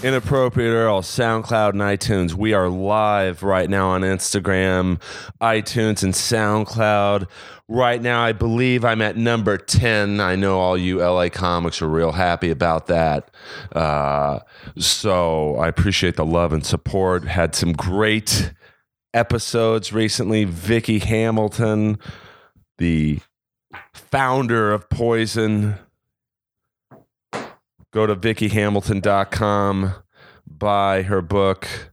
Inappropriate Earl, SoundCloud and iTunes. We are live right now on Instagram, iTunes, and SoundCloud. Right now, I believe I'm at number 10. I know all you LA comics are real happy about that. Uh, so I appreciate the love and support. Had some great episodes recently. Vicky Hamilton, the founder of Poison. Go to VickiHamilton.com, buy her book,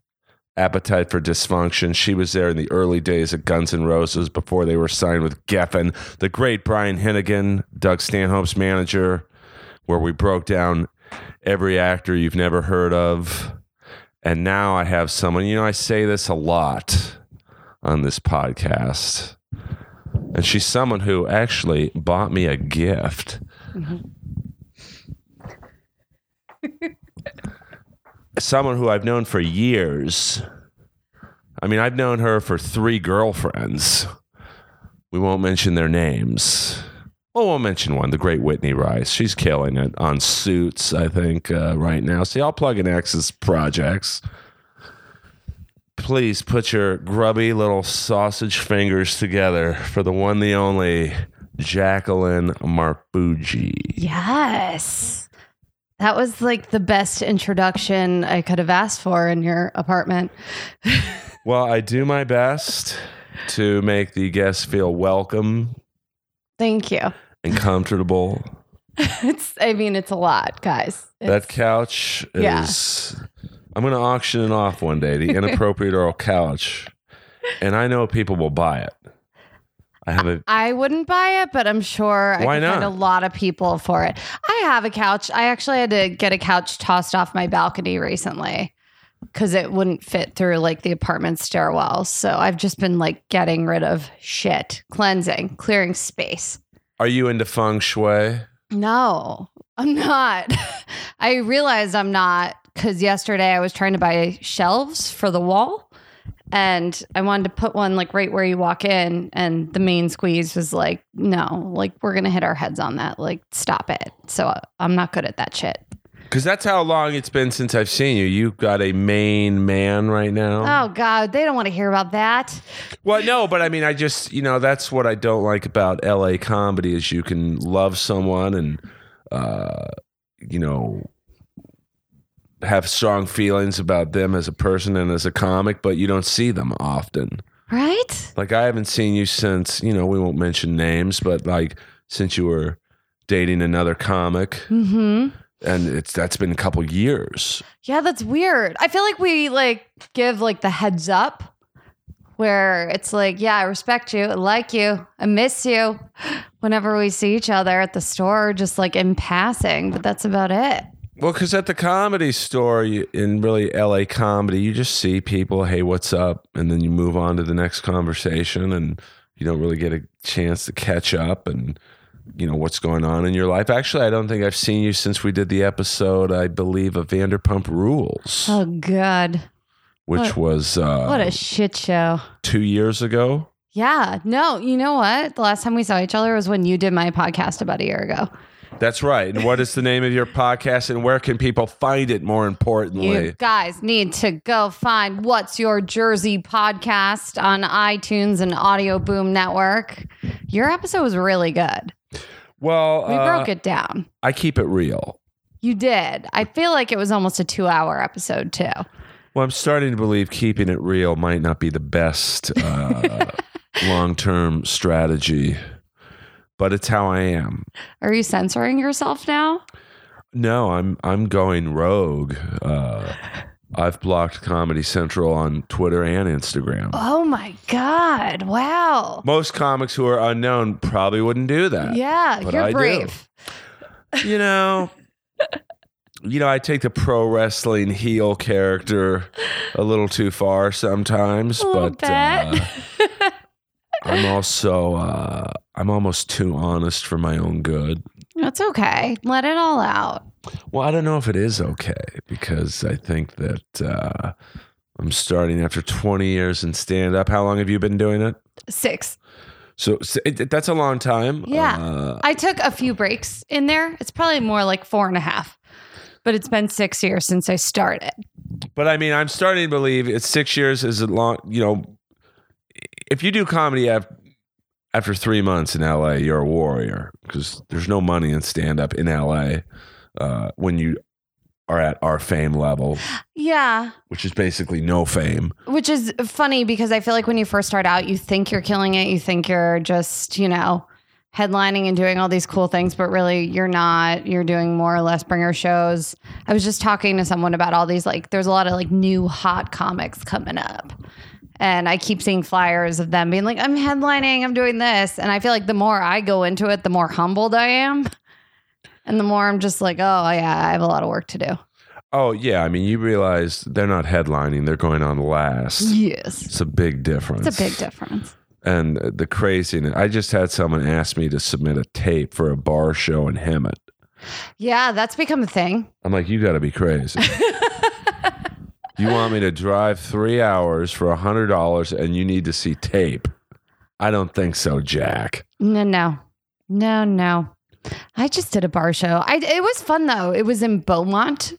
Appetite for Dysfunction. She was there in the early days of Guns N' Roses before they were signed with Geffen. The great Brian Hennigan, Doug Stanhope's manager, where we broke down every actor you've never heard of. And now I have someone, you know, I say this a lot on this podcast. And she's someone who actually bought me a gift. someone who I've known for years. I mean, I've known her for three girlfriends. We won't mention their names. Well, we'll mention one, the great Whitney Rice. She's killing it on suits, I think, uh, right now. See, I'll plug in X's projects please put your grubby little sausage fingers together for the one, the only Jacqueline Marfuji. Yes. That was like the best introduction I could have asked for in your apartment. Well, I do my best to make the guests feel welcome Thank you. and comfortable. It's I mean it's a lot, guys. that couch is. Yeah. I'm going to auction it off one day, the inappropriate oral couch. And I know people will buy it. I have a. I wouldn't buy it, but I'm sure I Why could find a not? lot of people for it. I have a couch. I actually had to get a couch tossed off my balcony recently because it wouldn't fit through like the apartment stairwell. So I've just been like getting rid of shit, cleansing, clearing space. Are you into feng shui? No, I'm not. I realized I'm not because yesterday I was trying to buy shelves for the wall and I wanted to put one like right where you walk in. And the main squeeze was like, no, like we're going to hit our heads on that. Like, stop it. So uh, I'm not good at that shit. Because that's how long it's been since I've seen you. You've got a main man right now. Oh, God, they don't want to hear about that. Well, no, but I mean, I just, you know, that's what I don't like about LA comedy is you can love someone and, uh, you know, have strong feelings about them as a person and as a comic, but you don't see them often. Right? Like, I haven't seen you since, you know, we won't mention names, but like since you were dating another comic, Mm hmm. and it's that's been a couple years. Yeah, that's weird. I feel like we like give like the heads up where it's like, yeah, I respect you, I like you, I miss you whenever we see each other at the store, just like in passing, but that's about it. Well, because at the comedy store you, in really LA comedy, you just see people, hey, what's up? And then you move on to the next conversation and you don't really get a chance to catch up and, you know, what's going on in your life. Actually, I don't think I've seen you since we did the episode, I believe, of Vanderpump Rules, Oh, God. which what- was uh, What a shit show. two years ago. Yeah. No, you know what? The last time we saw each other was when you did my podcast about a year ago. That's right. And what is the name of your podcast and where can people find it more importantly? You guys need to go find What's Your Jersey podcast on iTunes and Audio Boom Network. Your episode was really good. well, We uh, broke it down. I keep it real. You did. I feel like it was almost a two hour episode, too. Well, I'm starting to believe keeping it real might not be the best uh, long term strategy, but it's how I am. Are you censoring yourself now? No, I'm I'm going rogue. Uh, I've blocked Comedy Central on Twitter and Instagram. Oh my God. Wow. Most comics who are unknown probably wouldn't do that. Yeah, But you're I do. brave. You know, you know, I take the pro wrestling heel character a little too far sometimes, A little but bit. uh, I'm also uh, I'm almost too honest for my own good. That's okay. Let it all out. Well, I don't know if it is okay because I think that uh, I'm starting after 20 years in stand up. How long have you been doing it? Six. So, so it, that's a long time. Yeah. Uh, I took a few breaks in there. It's probably more like four and a half. but it's been six years since I started. But I mean, I'm starting to believe it's six years is a long, you know, if you do comedy after, after three months in LA, you're a warrior because there's no money in stand up in LA uh, when you are at our fame level, Yeah. which is basically no fame. Which is funny because I feel like when you first start out, you think you're killing it. You think you're just, you know, headlining and doing all these cool things, but really you're not. You're doing more or less bringer shows. I was just talking to someone about all these, like, there's a lot of like new hot comics coming up. And I keep seeing flyers of them being like, I'm headlining, I'm doing this. And I feel like the more I go into it, the more humbled I am. And the more I'm just like, oh, yeah, I have a lot of work to do. Oh, yeah. I mean, you realize they're not headlining, they're going on last. Yes. It's a big difference. It's a big difference. And the craziness. I just had someone ask me to submit a tape for a bar show in Hemet. Yeah, that's become a thing. I'm like, you got to be crazy. you want me to drive three hours for a hundred dollars, and you need to see tape? I don't think so, Jack. No, no, no, no. I just did a bar show. I it was fun though. It was in Beaumont,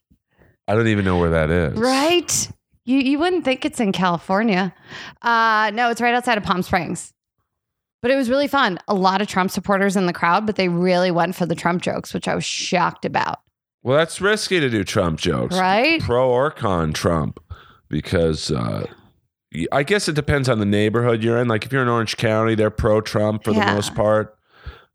I don't even know where that is. right? You you wouldn't think it's in California. Uh no, it's right outside of Palm Springs. But it was really fun. A lot of Trump supporters in the crowd, but they really went for the Trump jokes, which I was shocked about. Well, that's risky to do Trump jokes, Right? Pro or con Trump, because uh, y- I guess it depends on the neighborhood you're in. Like if you're in Orange County, they're pro Trump for Yeah. the most part.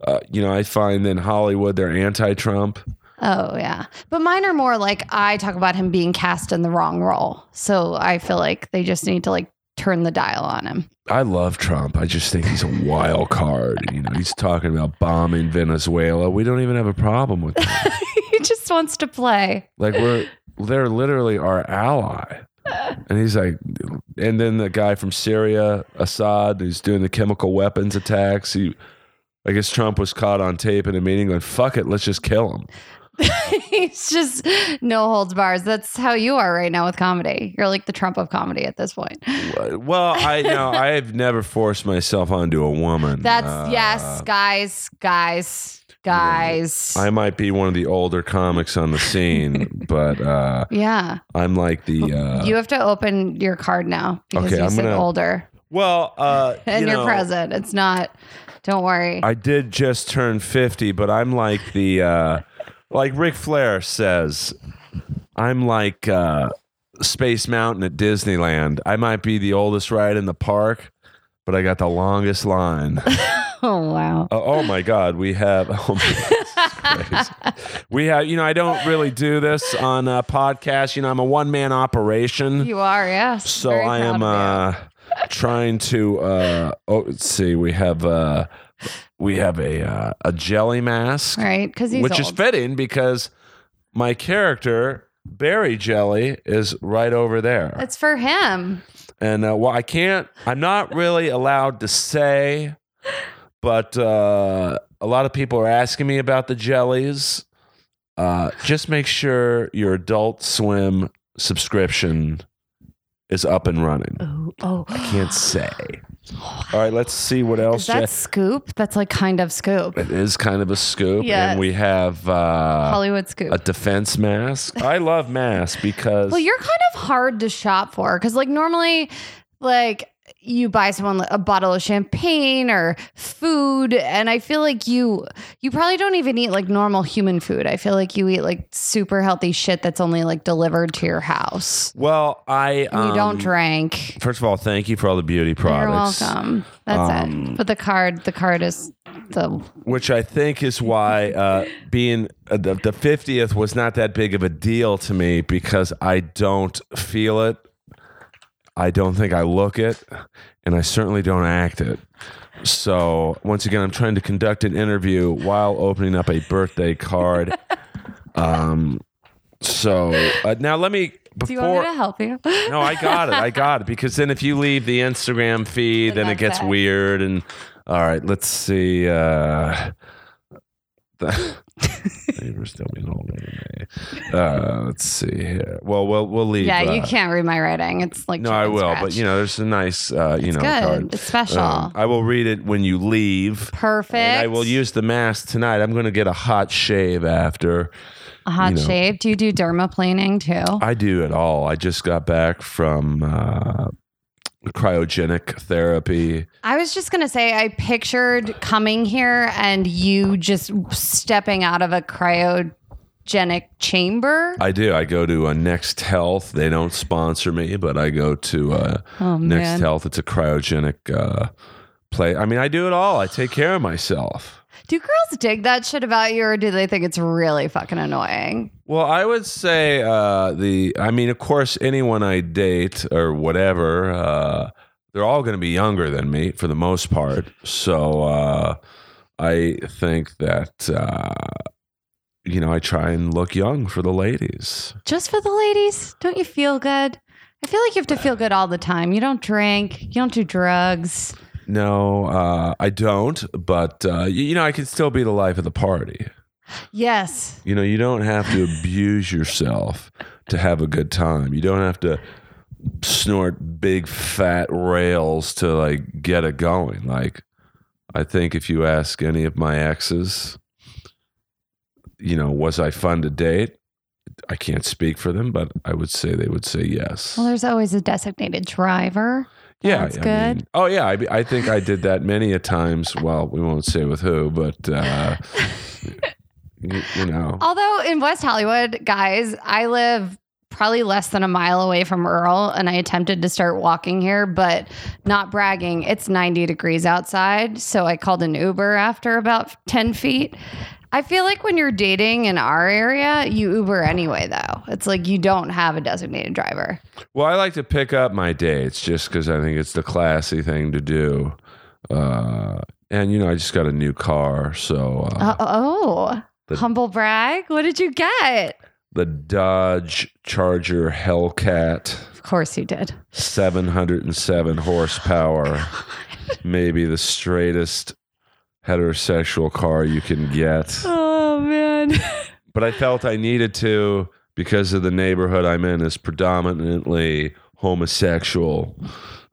Uh, you know, I find in Hollywood they're anti-Trump. Oh yeah. But mine are more like I talk about him being cast in the wrong role. So I feel like they just need to like turn the dial on him. I love Trump. I just think he's a wild card. You know, he's talking about bombing Venezuela. We don't even have a problem with that. he just wants to play. Like we're they're literally our ally. And he's like and then the guy from Syria, Assad, who's doing the chemical weapons attacks, he I guess Trump was caught on tape in a meeting going, fuck it, let's just kill him. He's just no holds bars. That's how you are right now with comedy. You're like the Trump of comedy at this point. Well, I know I've never forced myself onto a woman. That's Uh, yes, guys, guys, guys. I might be one of the older comics on the scene, but uh yeah. I'm like the uh you have to open your card now because Okay, you I'm said gonna- older Well, uh, and you you are know, present. It's not, don't worry. I did just turn fifty, but I'm like the uh, like Ric Flair says, I'm like uh, Space Mountain at Disneyland. I might be the oldest ride in the park, but I got the longest line. oh, wow. Uh, oh my God, we have. Oh my, this is crazy. we have. You know, I don't really do this on a podcast. You know, I'm a one man operation. You are, yes. Uh, So Very I am proud uh, trying to. Uh, oh, let's see. We have uh, we have a uh, a jelly mask, of you. right? Because he's uh, which is old. fitting because my character Barry Jelly is right over there, it's for him. and uh, well, I can't. I'm not really allowed to say, but uh, a lot of people are asking me about the jellies. Uh, just make sure your Adult Swim subscription is up and running. Oh, oh. I Can't say. All right, let's see what else. Is that Jeff- scoop? That's like kind of scoop. it is kind of a scoop, Yes. and we have uh, Hollywood scoop. a defense mask. I love masks because Well, you're kind of hard to shop for because, like, normally, like you buy someone like, a bottle of champagne or food, and I feel like you you probably don't even eat like normal human food. I feel like you eat like super healthy shit that's only like delivered to your house. well, I And you um, don't drink. First of all, thank you for all the beauty products. You're welcome. That's Um, it. But the card, the card is the which I think is why uh, being uh, the, the 50th was not that big of a deal to me because I don't feel it. I don't think I look it, and I certainly don't act it. So, once again, I'm trying to conduct an interview while opening up a birthday card. um, so, uh, now let me. Do you want me Before, to help you? no, I got it. I got it. Because then if you leave the Instagram feed, then it that's gets bad. weird. And all right, let's see. Uh, the, neighbors tell me no name. Uh, let's see here. Well, we'll we'll leave. yeah, you uh, can't read my writing. It's like No, I chicken will. scratch. But you know, there's a nice. Uh, you it's know, good. card. It's special. Um, I will read it when you leave. Perfect. And I will use the mask tonight. I'm going to get a hot shave after. A hot You know. shave. Do you do dermaplaning too? I do it all. I just got back from uh, cryogenic therapy. I was just gonna say, I pictured coming here and you just stepping out of a cryogenic chamber. I do. I go to uh, Next Health. They don't sponsor me, but I go to uh, oh Next man! Health. It's a cryogenic uh, play. I mean, I do it all. I take care of myself. Do girls dig that shit about you, or do they think it's really fucking annoying? Well, I would say uh, the. I mean, of course, anyone I date or whatever, uh, they're all going to be younger than me for the most part. So uh, I think that uh, you know I try and look young for the ladies. Just for the ladies, don't you feel good? I feel like you have to feel good all the time. You don't drink. You don't do drugs. No, uh, I don't. But uh, you, you know, I can still be the life of the party. Yes, You know, you don't have to abuse yourself to have a good time. You don't have to snort big fat rails to like get it going. Like, I think if you ask any of my exes, you know, was I fun to date? I can't speak for them, but I would say they would say yes. Well, there's always a designated driver. yeah, that's I good. mean- oh yeah, I, I think I did that many a times. Well, we won't say with who, but uh, you, you know, Although in West Hollywood, guys, I live probably less than a mile away from Earl, and I attempted to start walking here, but not bragging, it's 90 degrees outside. So I called an Uber after about 10 feet. I feel like when you're dating in our area, you Uber anyway, though. It's like you don't have a designated driver. Well, I like to pick up my dates just because I think it's the classy thing to do. Uh, and you know, I just got a new car, so uh, Uh, oh, The- humble brag. What did you get? the Dodge Charger Hellcat, Of course you did. seven hundred and seven horsepower, maybe the straightest heterosexual car you can get. Oh, man. But I felt I needed to because of the neighborhood I'm in is predominantly homosexual,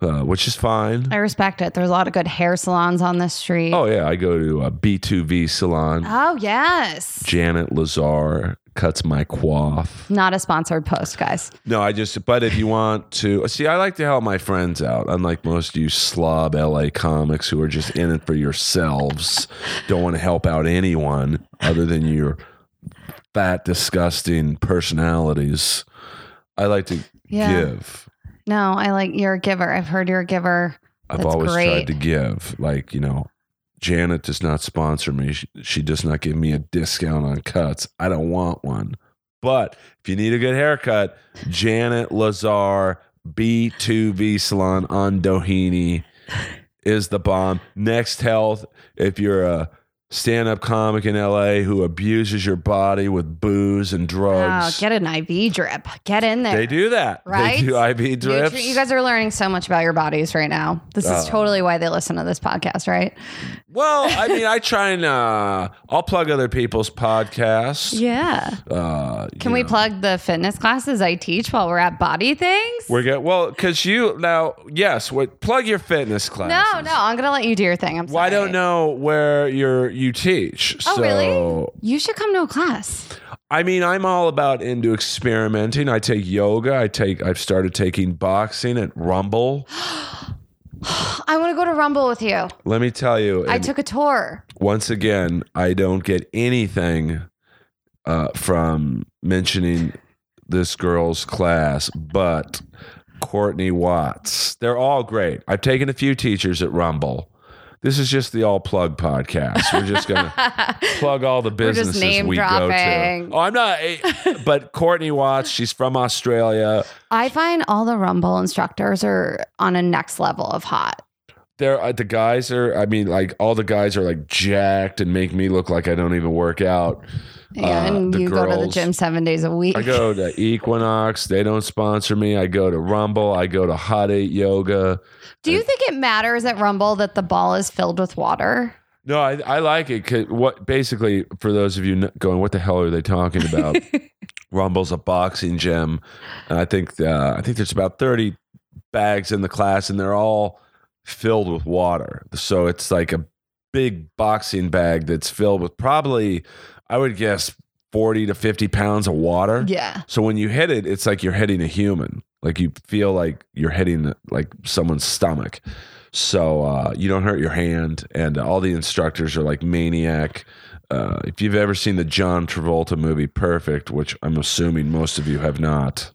uh, which is fine. I respect it. There's a lot of good hair salons on this street. Oh yeah, I go to a B2V salon. Oh, yes. Janet Lazar cuts my quaff. Not a sponsored post, guys. No, I just but if you want to see, I like to help my friends out. Unlike most of you slob LA comics who are just in it for yourselves, don't want to help out anyone other than your fat, disgusting personalities. I like to Yeah. give. No, I like you're a giver. I've heard you're a giver. I've That's always great. tried to give. Like, you know, Janet does not sponsor me. She, she does not give me a discount on cuts. I don't want one. But if you need a good haircut, Janet Lazar, B2V Salon on Doheny is the bomb. Next Health, if you're a stand up comic in LA who abuses your body with booze and Wow, drugs, Oh, get an IV drip. Get in there. Oh, they do that. Right? They do IV You- drips. You, guys are learning so much about your bodies right now. This is Uh. totally why they listen to this podcast, right? Well, I mean, I try and uh, I'll plug other people's podcasts. Yeah. Uh, you Can we know. plug the fitness classes I teach while we're at Body Things? We're good. Well, because you now, yes. What plug your fitness classes? no, no, I'm gonna let you do your thing. I'm sorry. Well, I don't know where you're you teach. Oh, so, really? You should come to a class. I mean, I'm all about into experimenting. I take yoga. I take. I've started taking boxing at Rumble. I want to go to Rumble with you. Let me tell you. I and took a tour. once again, I don't get anything uh, from mentioning this girl's class, but Courtney Watts. They're all great. I've taken a few teachers at Rumble. This is just the all plug podcast. We're just going to plug all the just businesses name we dropping. go to. Oh, I'm not, eh, but Courtney Watts, she's from Australia. I find all the Rumble instructors are on a next level of hot. They're, uh, the guys are, I mean, like all the guys are like jacked and make me look like I don't even work out. Uh, And the you go to the girls- gym seven days a week. I go to Equinox. They don't sponsor me. I go to Rumble. I go to Hot Eight Yoga. Do you think it matters at Rumble that the ball is filled with water? No, I, I like it. 'cause what basically for those of you n- going, what the hell are they talking about? Rumble's a boxing gym, and I think uh, I think there's about thirty bags in the class, and they're all filled with water. So it's like a big boxing bag that's filled with probably, I would guess, 40 to 50 pounds of water. Yeah. So when you hit it, it's like you're hitting a human. Like you feel like you're hitting like someone's stomach. So uh, you don't hurt your hand, and all the instructors are like maniac. Uh, if you've ever seen the John Travolta movie Perfect, which I'm assuming most of you have not,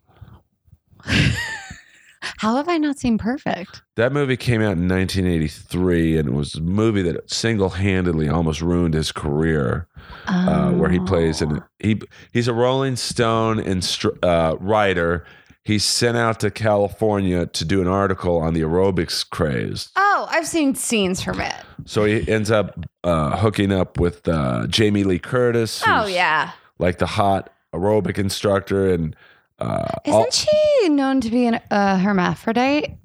How have I not seen perfect? that movie came out in 1983, and it was a movie that single handedly almost ruined his career. uh, where he plays Oh. an he he's a Rolling Stone instru- uh, writer. He's sent out to California to do an article on the aerobics craze. Oh, I've seen scenes from it. So he ends up uh, hooking up with uh, Jamie Lee Curtis. Oh who's yeah. like the hot aerobic instructor, and uh, Isn't all- she known to be an uh, hermaphrodite?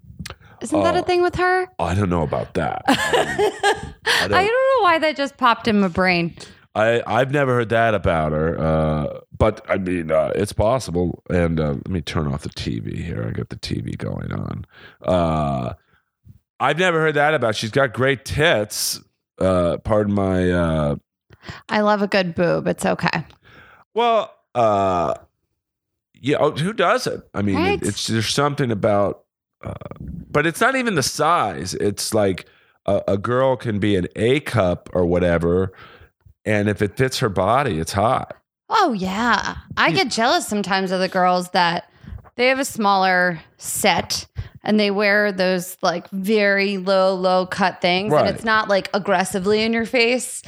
Isn't that Oh. a thing with her? I don't know about that. I I don't don't- know why that just popped in my brain. I I've never heard that about her, uh, but I mean uh, it's possible. And uh, let me turn off the TV here. I got the TV going on. Uh, I've never heard that about. She's got great tits. Uh, pardon my. Uh, I love a good boob. It's okay. well, uh, yeah. Oh, who doesn't? I mean, Right. it, it's there's something about, uh, but it's not even the size. It's like a, a girl can be an A cup or whatever, and if it fits her body, it's hot. Oh yeah. I get jealous sometimes of the girls that they have a smaller set and they wear those like very low low cut things Right. and it's not like aggressively in your face.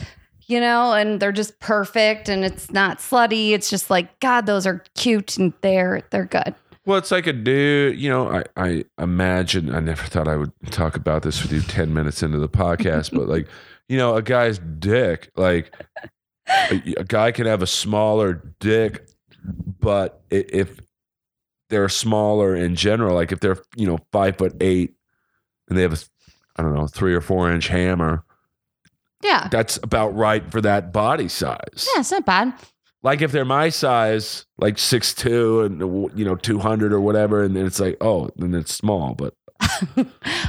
You know, and they're just perfect and it's not slutty. It's just like god those are cute and they're they're good. Well, it's like a dude, you know, I, I imagine, I never thought I would talk about this with you 10 minutes into the podcast, but like, you know, a guy's dick, like a, a guy can have a smaller dick, but i- if they're smaller in general, like if they're, you know, five foot eight and they have a, I don't know, three or four inch hammer, Yeah. that's about right for that body size. Yeah, it's not bad. Like if they're my size, like six two and you know two hundred or whatever, and then it's like oh, then it's small. But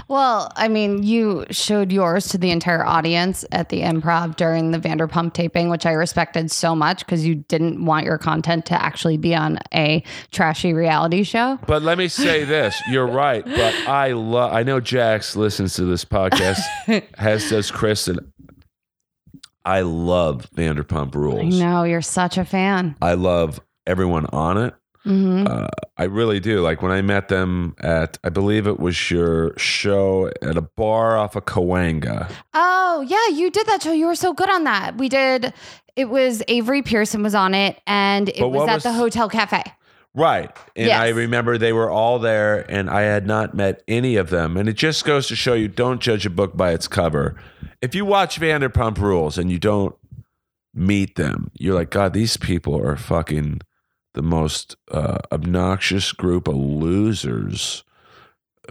Well, I mean, you showed yours to the entire audience at the improv during the Vanderpump taping, which I respected so much because you didn't want your content to actually be on a trashy reality show. but let me say this: you're right. But I love. I know Jax listens to this podcast, as does Kristen. I love Vanderpump I Rules. know you're such a fan. I love everyone on it. hmm Uh, I really do. Like when I met them at, I believe it was your show at a bar off of Cahuenga. Oh, yeah, you did that show. You were so good on that. We did. It was Avery Pearson was on it, and it But was what at was- the Hotel Cafe. Right. And I Yes. remember they were all there and I had not met any of them. And it just goes to show you don't judge a book by its cover. If you watch Vanderpump Rules and you don't meet them, you're like, God, these people are fucking the most uh, obnoxious group of losers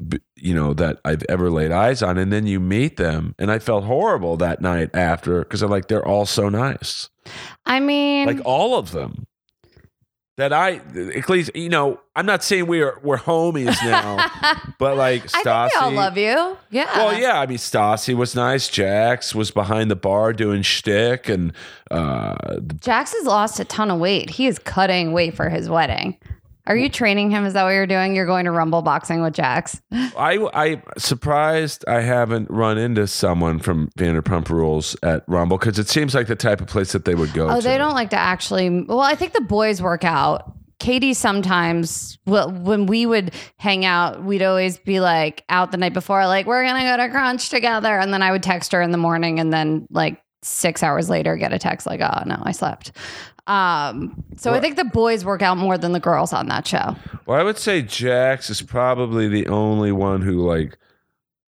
b- you know that I've ever laid eyes on and then you meet them and I felt horrible that night after cuz I'm like they're all so nice I mean, like all of them that I at least you know I'm not saying we are we're homies now, but like I think they Stassi. all love you. Yeah. well, yeah, I mean Stassi was nice. Jax was behind the bar doing shtick, and uh, Jax has lost a ton of weight. He is cutting weight for his wedding. Are you training him? Is that what you're doing? You're going to rumble boxing with Jax. I I surprised I haven't run into someone from Vanderpump Rules at Rumble because it seems like the type of place that they would go. Oh, to. they don't like to actually. Well, I think the boys work out. Katie sometimes, well, when we would hang out, we'd always be like out the night before, like, we're going to go to Crunch together. And then I would text her in the morning and then like six hours later get a text like, oh, no, I slept. Um, so I Well- think the boys work out more than the girls on that show. Well, I would say Jax is probably the only one who like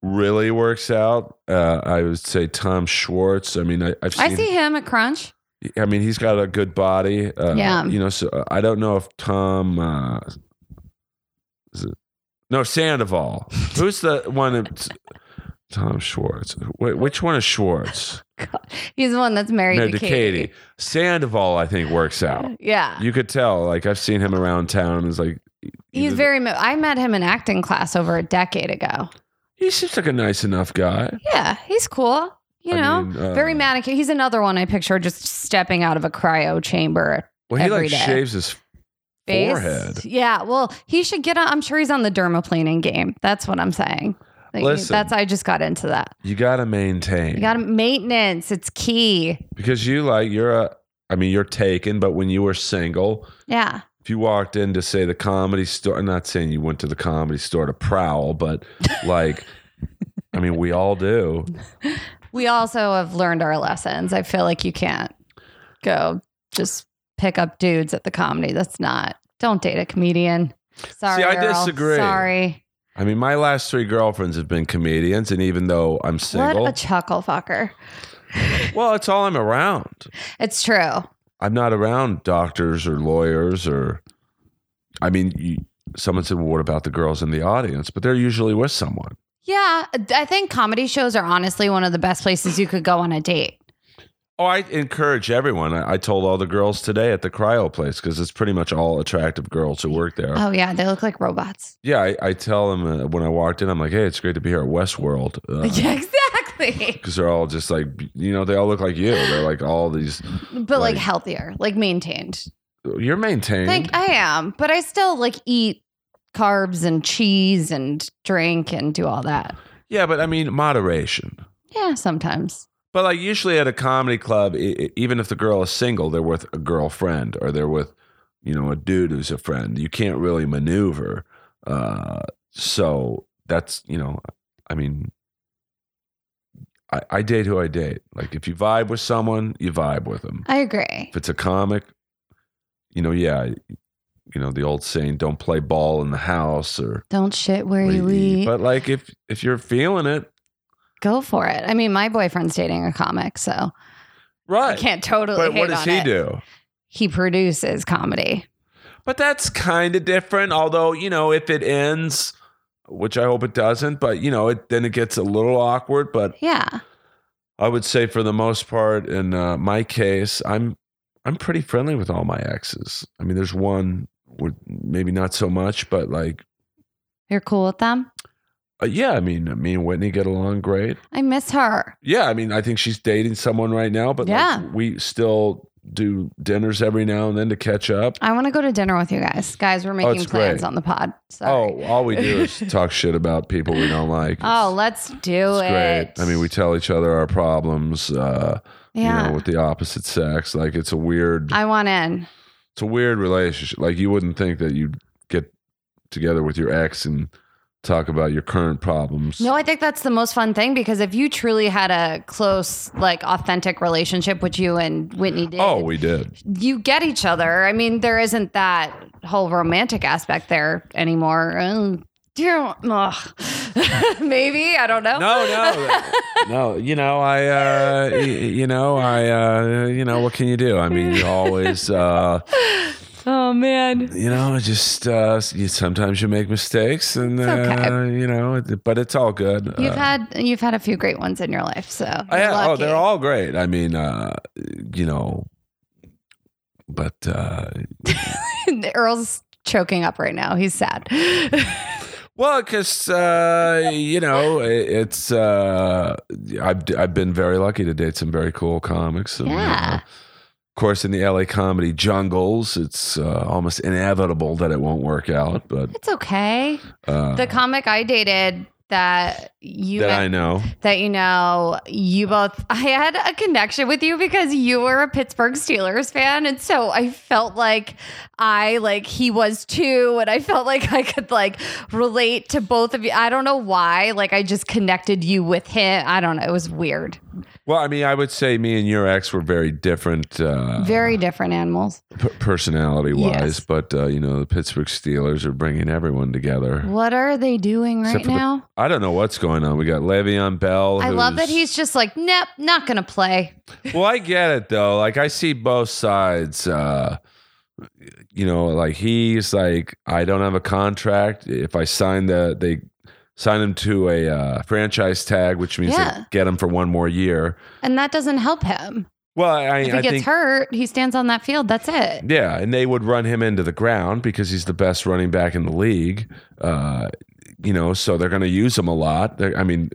really works out. Uh, I would say Tom Schwartz. I mean, I, I've seen. I see him at Crunch. I mean, he's got a good body. Uh, Yeah. You know, so uh, I don't know if Tom. Uh, is it, no, Sandoval. Who's the one? That, Tom Schwartz. Wait, which one is Schwartz? He's the one that's married Married to to Katie. Katie. Sandoval, I think, works out. Yeah. You could tell. Like I've seen him around town. It's like He's either- very, mo- I met him in acting class over a decade ago. He seems like a nice enough guy. Yeah. He's cool. You I know, mean, uh, very manic. He's another one I picture just stepping out of a cryo chamber Well, he every like day. shaves his Face? forehead. Yeah. Well, he should get on. I'm sure he's on the dermaplaning game. That's what I'm saying. Like, Listen. that's I just got into that. You gotta maintain. You got to maintenance. It's key. because you like you're a. I mean, you're taken, but when you were single, Yeah. if you walked into say the comedy store, I'm not saying you went to the comedy store to prowl, but like, I mean, we all do. We also have learned our lessons. I feel like you can't go just pick up dudes at the comedy. That's not. Don't date a comedian. Sorry. See, I Earl. disagree. Sorry. I mean, my last three girlfriends have been comedians, and even though I'm single, What a chuckle fucker. well, it's all I'm around. It's true. I'm not around doctors or lawyers or, I mean, you, someone said, well, what about the girls in the audience? But they're usually with someone. Yeah, I think comedy shows are honestly one of the best places you could go on a date. Oh, I encourage everyone. I, I told all the girls today at the cryo place because it's pretty much all attractive girls who work there. Oh yeah, they look like robots. yeah, I, I tell them uh, when I walked in, I'm like, hey, it's great to be here at Westworld. Because yeah, exactly. they're all just like, you know, they all look like you. They're like all these, But like, Like- healthier, like maintained. you're maintained. Like I am, but I still like eat carbs and cheese and drink and do all that. yeah, but I mean, moderation. Yeah, sometimes. But like usually at a comedy club, i i- even if the girl is single, they're with a girlfriend or they're with, you know, a dude who's a friend. You can't really maneuver. Uh, so that's you know, I mean, I, I date who I date. Like if you vibe with someone, you vibe with them. I agree. If it's a comic, you know, yeah, you know the old saying, "Don't play ball in the house" or. Don't shit where you eat. But like if if you're feeling it, Go for it. I mean, my boyfriend's dating a comic, so I right? can't totally. but what hate does on he it. do? He produces comedy. But that's kind of different. Although, you know, if it ends, which I hope it doesn't, but you know, it then it gets a little awkward. But Yeah, I would say for the most part, in uh, my case, I'm I'm pretty friendly with all my exes. I mean, there's one with maybe not so much, but like, you're cool with them. uh, yeah. I mean, me and Whitney get along great. I miss her. Yeah, I mean, I think she's dating someone right now, but like, Yeah. we still do dinners every now and then to catch up. I want to go to dinner with you guys. Guys, we're making Oh, it's plans great. on the pod. Sorry. Oh, all we do is talk shit about people we don't like. Oh, let's do It's it. great. I mean, we tell each other our problems, uh, yeah. you know, with the opposite sex. Like it's a weird, I want in. it's a weird relationship. Like you wouldn't think that you'd get together with your ex and talk about your current problems. No, I think that's the most fun thing because if you truly had a close, like, authentic relationship, which you and Whitney did, oh, we did. you get each other. I mean, there isn't that whole romantic aspect there anymore. Oh, dear, ugh. maybe I don't know. No, no, no. You know, I, uh, y- you know, I, uh, you know, what can you do? I mean, you always, uh, oh man, you know, just uh, you, sometimes you make mistakes, and uh, okay. you know, but it's all good. you've Uh, had you've had a few great ones in your life, so I you're had- oh, lucky. they're all great. I mean, uh, you know, but uh, Earl's choking up right now. He's sad. well, because uh, you know, it, it's uh, I've I've been very lucky to date some very cool comics. And, uh, Yeah. of course, in the LA comedy jungles, it's uh, almost inevitable that it won't work out. But it's okay. uh, The comic I dated that you that met- I know. that you know, you both I had a connection with you because you were a Pittsburgh Steelers fan and so I felt like I like he was too and I felt like I could like relate to both of you. I don't know why, like I just connected you with him. I don't know, it was weird. Well, I mean, I would say me and your ex were very different. Uh, Very different animals. p- personality wise, Yes. but uh, you know, the Pittsburgh Steelers are bringing everyone together. What are they doing Except right for the- now? I don't know what's going on. We got Le'Veon Bell. I love who's- that he's just like, nope, not gonna play. Well, I get it though. Like I see both sides. Uh, you know, like he's like, I don't have a contract. If I sign the, they sign him to a uh, franchise tag, which means Yeah. they get him for one more year. and And that doesn't help him. Well, I, If he I gets think. hurt, he stands on that field. That's it. Yeah, and they would run him into the ground because he's the best running back in the league. Uh, you know, so they're going to use him a lot. They're, I mean,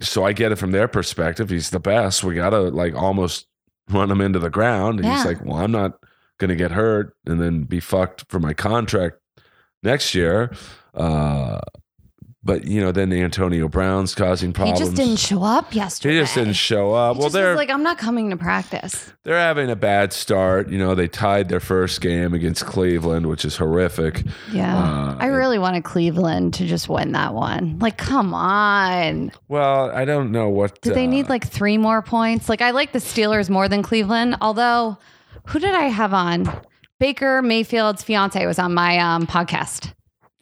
so I get it from their perspective. He's the best. We got to like almost run him into the ground. And Yeah. he's like, well, I'm not going to get hurt and then be fucked for my contract next year. Uh, but you know, then Antonio Brown's causing problems. He just didn't show up He yesterday. just didn't show up. Uh, well, He just was they're like, I'm not coming to practice. they're having a bad start. You know, they tied their first game against Cleveland, which is horrific. Yeah. Uh, I really wanted Cleveland to just win that one. Like, come on. Well, I don't know what. Did they uh, need like three more points? Like, I like the Steelers more than Cleveland. Although, who did I have on? Baker Mayfield's fiance was on my um, podcast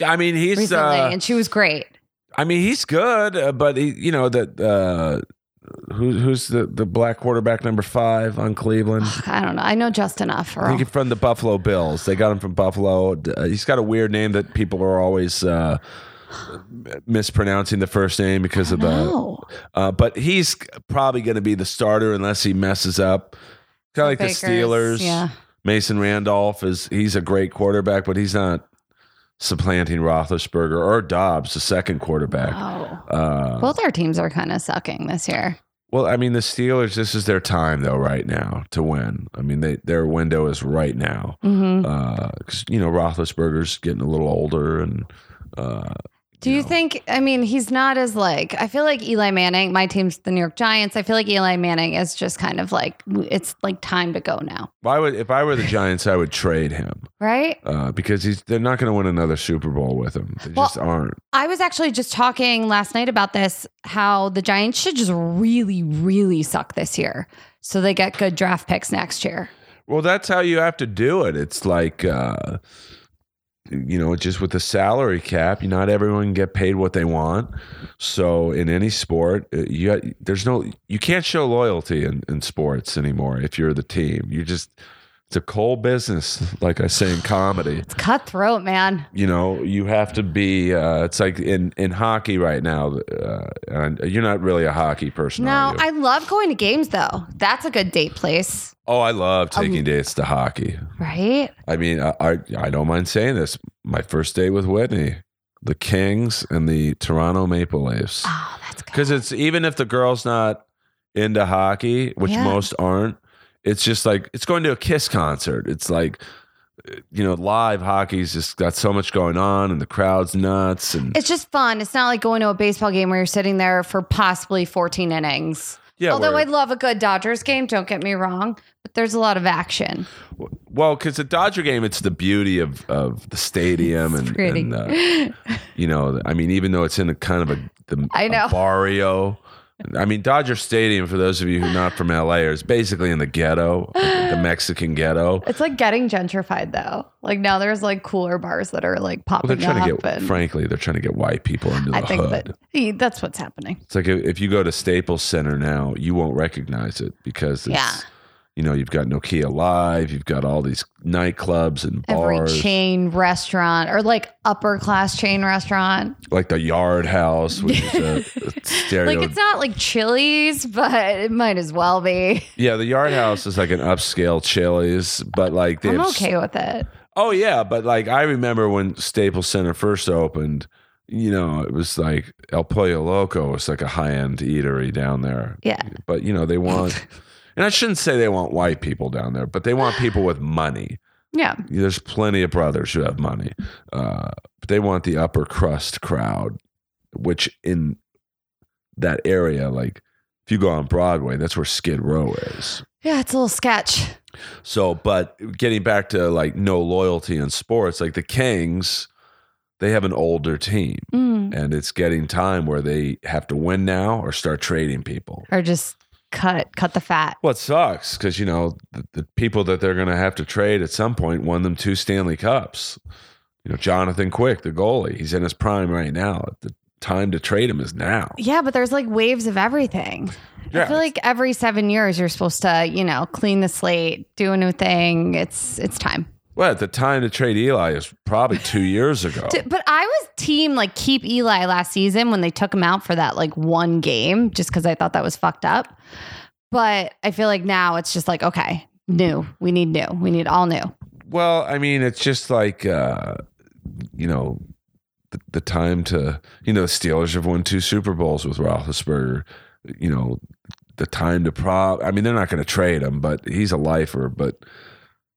I mean, he's. recently, Uh, and she was great. I mean, he's good, uh, but he, you know that. Uh, who, who's the, the black quarterback number five on Cleveland? I don't know. I know just enough. I think Earl. he's from the Buffalo Bills. They got him from Buffalo. D- uh, he's got a weird name that people are always uh, mispronouncing the first name because of the. No. Uh, but he's probably going to be the starter unless he messes up. Kind of like Baker's- the Steelers. Yeah. Mason Randolph is he's a great quarterback, but he's not supplanting Roethlisberger or Dobbs, the second quarterback. Oh. Uh, Both our teams are kind of sucking this year. well, I mean, the Steelers. This is their time though, right now, to win. I mean, they, their window is right now hmm because you know Roethlisberger's getting a little older, and uh, Do you know. think? I mean, he's not as like. I feel like Eli Manning. My team's the New York Giants. I feel like Eli Manning is just kind of like it's like time to go now, Why would if I were the Giants, I would trade him right? uh, because he's they're not going to win another Super Bowl with him. They Well- just aren't. I was actually just talking last night about this. How the Giants should just really, really suck this year, so they get good draft picks next year. Well, that's how you have to do it. It's like, uh, you know, just with the salary cap, you not everyone can get paid what they want. So in any sport, uh, you there's no you can't show loyalty in, in sports anymore if you're the team. You just it's a cold business, like I say in comedy. It's cutthroat, man. You know, you have to be. Uh, it's like in in hockey right now. Uh, and you're not really a hockey person. are No, you? I love going to games though. That's a good date place, oh, I love Um, taking dates to hockey. right? I mean, I, I I don't mind saying this. My first date with Whitney, the Kings and the Toronto Maple Leafs, Oh, that's good. because it's even if the girl's not into hockey, which Yeah. most aren't, it's just like it's going to a Kiss concert. It's like you know, live hockey's just got so much going on, and the crowd's nuts, and It's just fun. It's not like going to a baseball game where you're sitting there for possibly 14 innings. yeah. Although we're- I love a good Dodgers game, don't get me wrong, but there's a lot of action. well, because the Dodger game, it's the beauty of of the stadium and, Pretty. and uh, you know, I mean, even though it's in a kind of a the I a know. barrio. I mean, Dodger Stadium, for those of you who are not from LA, is basically in the ghetto, the Mexican ghetto. it's like getting gentrified though. Like now there's like cooler bars that are like Well, they're popping trying to up. get, and frankly, they're trying to get white people into the I think hood. that yeah, that's what's happening. it's like if if you go to Staples Center now, you won't recognize it because it's, Yeah. you know, you've got Nokia Live, you've got all these nightclubs and Every bars, chain restaurant or like upper class chain restaurant. like the Yard House, which is a, a stereo. Like it's not like Chili's, but it might as well be. yeah, the Yard House is like an upscale Chili's, but like they I'm have okay with it. Oh yeah, but like I remember when Staples Center first opened, you know, it was like El Pollo Loco was like a high end eatery down there. Yeah. But you know, they want and I shouldn't say they want white people down there, but they want people with money. Yeah. There's plenty of brothers who have money. Uh, but they want the upper crust crowd, which in that area, like if you go on Broadway, that's where Skid Row is. Yeah, it's a little sketch. So, but getting back to like no loyalty in sports, like the Kings, they have an older team Mm. and it's getting time where they have to win now or start trading people. or just cut cut the fat. What sucks because you know the, the people that they're going to have to trade at some point won them two Stanley Cups. You know, Jonathan Quick, the goalie, he's in his prime right now. The time to trade him is now. Yeah, but there's like waves of everything. I Yeah. feel like every seven years you're supposed to, you know, clean the slate, do a new thing. It's it's time. Well, the time to trade Eli is probably two years ago. D- But I was team like keep Eli last season when they took him out for that like one game just because I thought that was fucked up. But I feel like now it's just like okay, new. We need new. We need all new. Well, I mean, it's just like uh, you know the, the time to you know the Steelers have won two Super Bowls with Roethlisberger. You know the time to prop. I mean, they're not going to trade him, but he's a lifer. But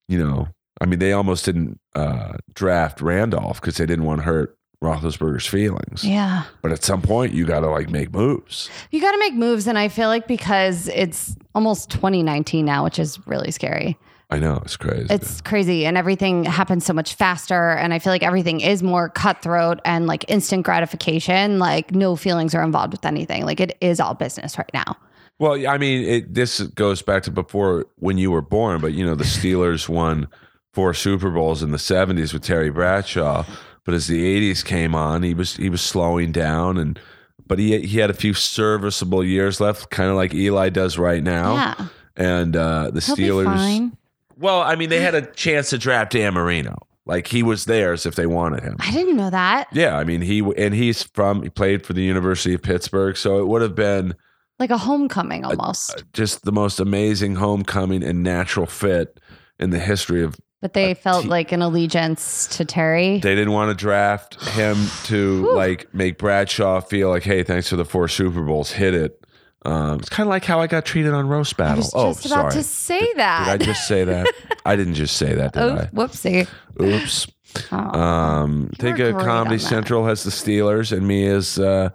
you know, I mean, they almost didn't uh, draft Randolph because they didn't want to hurt Roethlisberger's feelings. Yeah. But at some point, you got to like make moves. You got to make moves. And I feel like because it's almost 2019 now, which is really scary. I know it's crazy. It's crazy. And everything happens so much faster. And I feel like everything is more cutthroat and like instant gratification. Like no feelings are involved with anything. Like it is all business right now. Well, I mean, it, this goes back to before when you were born, but you know, the Steelers won four Super Bowls in the '70s with Terry Bradshaw. But as the '80s came on, he was he was slowing down, and but he he had a few serviceable years left, kind of like Eli does right now. Yeah. And uh, the He'll be Steelers. fine. Well, I mean, they had a chance to draft Dan Marino. Like he was theirs if they wanted him. I didn't know that. Yeah, I mean he and he's from he played for the University of Pittsburgh, so it would have been Like a homecoming almost. just the most amazing homecoming and natural fit in the history of. But they felt te- like an allegiance to Terry. They didn't want to draft him to Whew. like make Bradshaw feel like, hey, thanks for the four Super Bowls, hit it. Um, it's kind of like how I got treated on roast I battle. was oh, just about sorry, to did say that. I just say that? I didn't just say that, did oh, whoopsie. I? Oops. Oh. Um, You were think of great Comedy on that. Central has the Steelers and me as uh,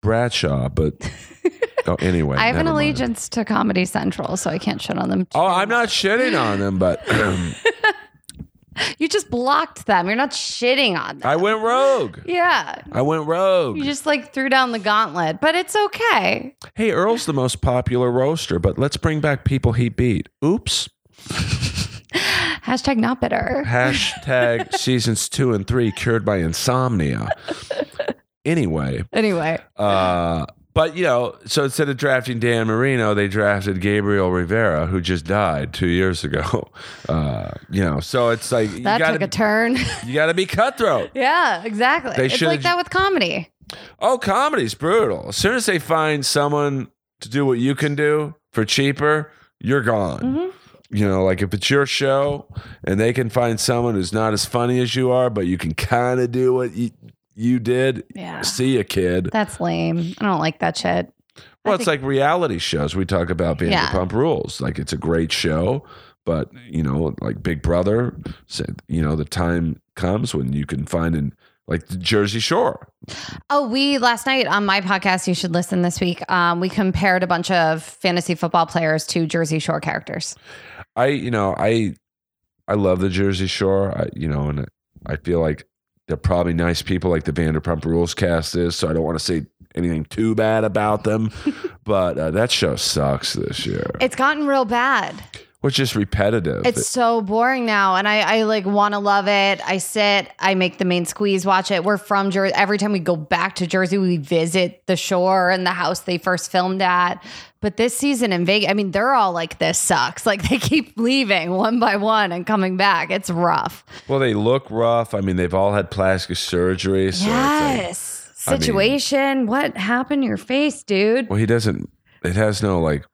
Bradshaw, but oh, anyway, I have an never mind. allegiance to Comedy Central, so I can't shit on them. Oh, I'm not shitting on them, but You just blocked them. You're not shitting on them. I went rogue. yeah. I went rogue. You just like threw down the gauntlet, but it's okay. hey, Earl's the most popular roaster, but let's bring back people he beat. Oops. Hashtag not bitter. Hashtag seasons two and three cured by insomnia. Anyway, Anyway, Uh, but you know, so instead of drafting Dan Marino, they drafted Gabriel Rivera, who just died two years ago. Uh, you know, so it's like you that gotta took a turn. you gotta be cutthroat. yeah, exactly. They it's should've like that with comedy. Oh, comedy's brutal. As soon as they find someone to do what you can do for cheaper, you're gone. Mhm. You know, like if it's your show and they can find someone who's not as funny as you are, but you can kind of do what you, you did. Yeah. See ya, kid. That's lame. I don't like that shit. I Well, it's like think- reality shows. We talk about being Yeah. the Pump Rules. Like it's a great show, but you know, like Big Brother said, you know, the time comes when you can find in like the Jersey Shore. Oh, we last night on my podcast, you should listen this week. Um, we compared a bunch of fantasy football players to Jersey Shore characters. I, you know, I, I love the Jersey Shore. I, you know, and I feel like they're probably nice people, like the Vanderpump Rules cast is. So I don't want to say anything too bad about them, but uh, that show sucks this year. It's gotten real bad. Which just repetitive. It's so boring now, and I, I like want to love it. I sit, I make the main squeeze, watch it. We're from Jersey. Every time we go back to Jersey, we visit the shore and the house they first filmed at. But this season in Vegas, I mean, they're all like, "This sucks." Like they keep leaving one by one and coming back. It's rough. Well, they look rough. I mean, they've all had plastic surgery. So it's like, yes. I mean- Situation. what happened to your face, dude? well, he doesn't. It has no like.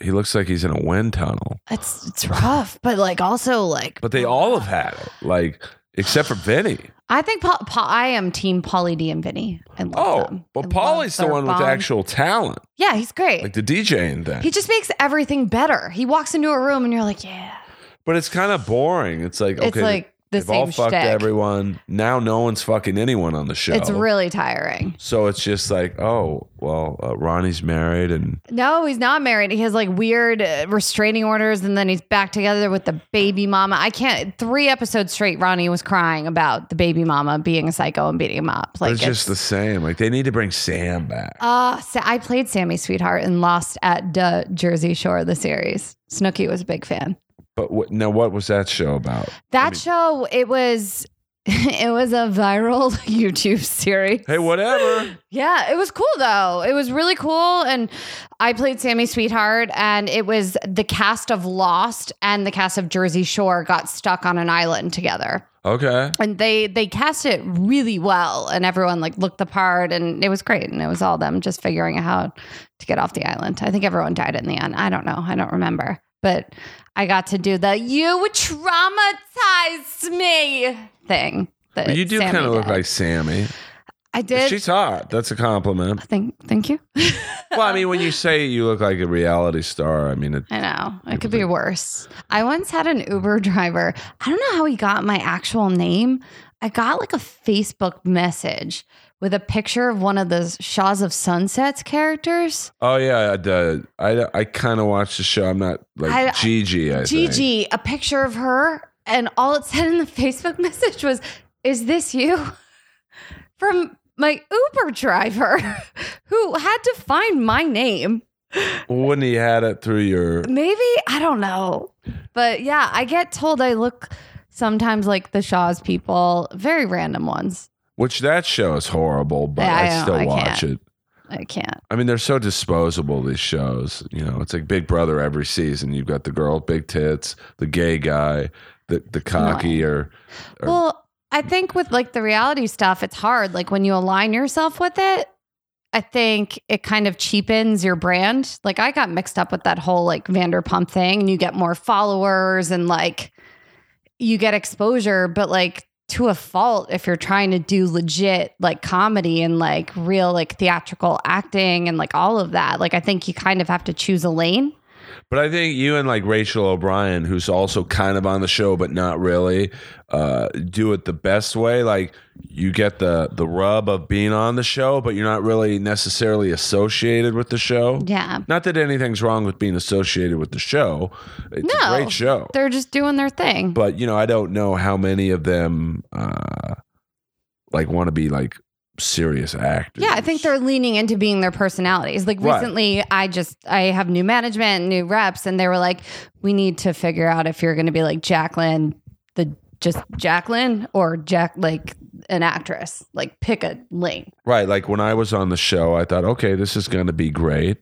He looks like he's in a wind tunnel. It's it's rough, but like also like. But they all have had it, like except for Vinny. I think Paul, Paul, I am Team Paulie D and Vinny. I love Oh, them. I but love Paulie's the their one with bond. actual talent, Yeah, he's great. like the DJ and He that. just makes everything better. He walks into a room and you're like, yeah. But it's kind of boring. It's like okay, it's like the they've all same fucked shtick. everyone. Now no one's fucking anyone on the show. It's really tiring. So it's just like, oh well, uh, Ronnie's married, and No, he's not married. He has like weird uh, restraining orders and then he's back together with the baby mama. I can't. Three episodes straight, Ronnie was crying about the baby mama being a psycho and beating him up. Like, it's just the same. Like they need to bring Sam back. Uh, Sa- I played Sammy Sweetheart and lost at the Jersey Shore, the series. Snooki was a big fan. But what, now, what was that show about? That mean- show, it was. It was a viral YouTube series. Hey, whatever. Yeah, it was cool though. It was really cool. And I played Sammy Sweetheart, and it was the cast of Lost and the cast of Jersey Shore got stuck on an island together. Okay. And they they cast it really well and everyone like looked the part and it was great. And it was all them just figuring out how to get off the island. I think everyone died in the end. I don't know. I don't remember. But I got to do the you traumatized me thing. that But you do Sammy kind of look did. like Sammy. I did. She's hot. That's a compliment. thank, thank you. Well, I mean, when you say you look like a reality star, I mean, it, I know. It could be worse. I once had an Uber driver. I don't know how he got my actual name. I got like a Facebook message with a picture of one of the Shaws of Sunsets characters. oh yeah, the, I I kind of watched the show. I'm not like I- Gigi. I think. Gigi, a picture of her. And all it said in the Facebook message was, Is this you? From my Uber driver who had to find my name. Wouldn't he had it through your? Maybe I don't know, but yeah, I get told I look sometimes like the Shaw's people, very random ones. Which that show is horrible, but Yeah, I I, know. still I watch can't. it. I can't. I mean, they're so disposable. These shows, you know, it's like Big Brother every season. You've got the girl, with big tits, the gay guy, the the cocky, or Or- Well, I think with like the reality stuff, it's hard. Like when you align yourself with it, I think it kind of cheapens your brand. Like I got mixed up with that whole like Vanderpump thing, and you get more followers and like you get exposure, but like to a fault if you're trying to do legit like comedy and like real like theatrical acting and like all of that. Like I think you kind of have to choose a lane. But I think you and like Rachel O'Brien, who's also kind of on the show but not really, uh, do it the best way. Like you get the the rub of being on the show, but you're not really necessarily associated with the show. Yeah. Not that anything's wrong with being associated with the show. It's No. a great show. They're just doing their thing. But you know, I don't know how many of them uh, like want to be like serious actors. Yeah, I think they're leaning into being their personalities. Like Right. recently, I just I have new management, new reps, and they were like, "We need to figure out if you're going to be like Jacqueline, the just Jacqueline, or Jack like an actress. Like pick a lane." Right. Like when I was on the show, I thought, okay, this is going to be great.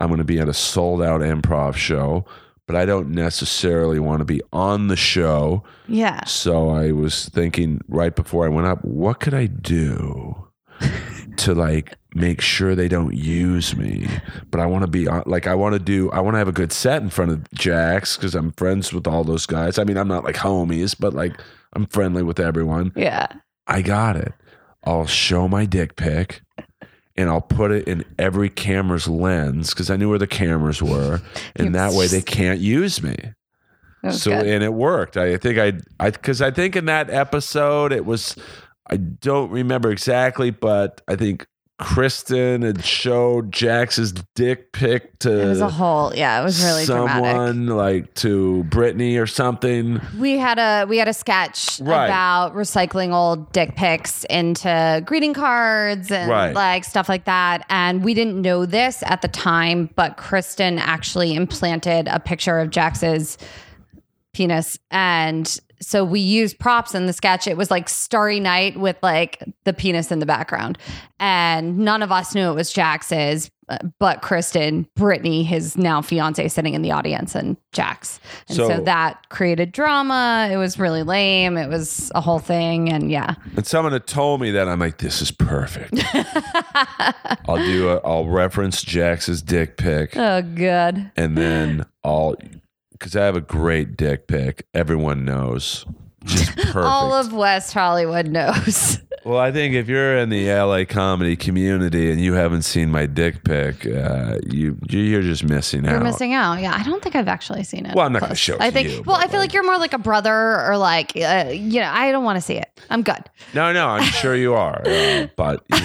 I'm going to be at a sold out improv show, but I don't necessarily want to be on the show. Yeah, So I was thinking right before I went up, what could I do to like make sure they don't use me? But I want to be on, like, I want to do, I want to have a good set in front of Jax because I'm friends with all those guys. I mean, I'm not like homies, but like I'm friendly with everyone. yeah. I got it. I'll show my dick pic and I'll put it in every camera's lens because I knew where the cameras were. And that way they can't use me. That was So, good. and it worked. I think I, I, because I think in that episode it was, I don't remember exactly, but I think Kristen had showed Jax's dick pic to. it was a whole yeah. It was really someone dramatic. like to Brittany or something. We had a we had a sketch Right. about recycling old dick pics into greeting cards and Right. like stuff like that. And we didn't know this at the time, but Kristen actually implanted a picture of Jax's penis and so we used props in the sketch. It was like Starry Night with like the penis in the background, and none of us knew it was Jax's, uh, but Kristen, Brittany, his now fiance, sitting in the audience, and Jax. And so, So- that created drama. It was really lame. It was a whole thing, and yeah, And someone had told me that I'm like, this is perfect. I'll do a, I'll reference Jax's dick pic oh good. and then I'll because I have a great dick pic. Everyone knows. Just perfect. All of West Hollywood knows. well, I think if you're in the LA comedy community and you haven't seen my dick pic, uh, you you're just missing You're out. missing out. Yeah, I don't think I've actually seen it. Well, I'm not up gonna close. show it I to think. you, well, but, I feel like, like- you're more like a brother, or like uh, you know, I don't want to see it. I'm good. No, no, I'm sure you are. Uh, but you,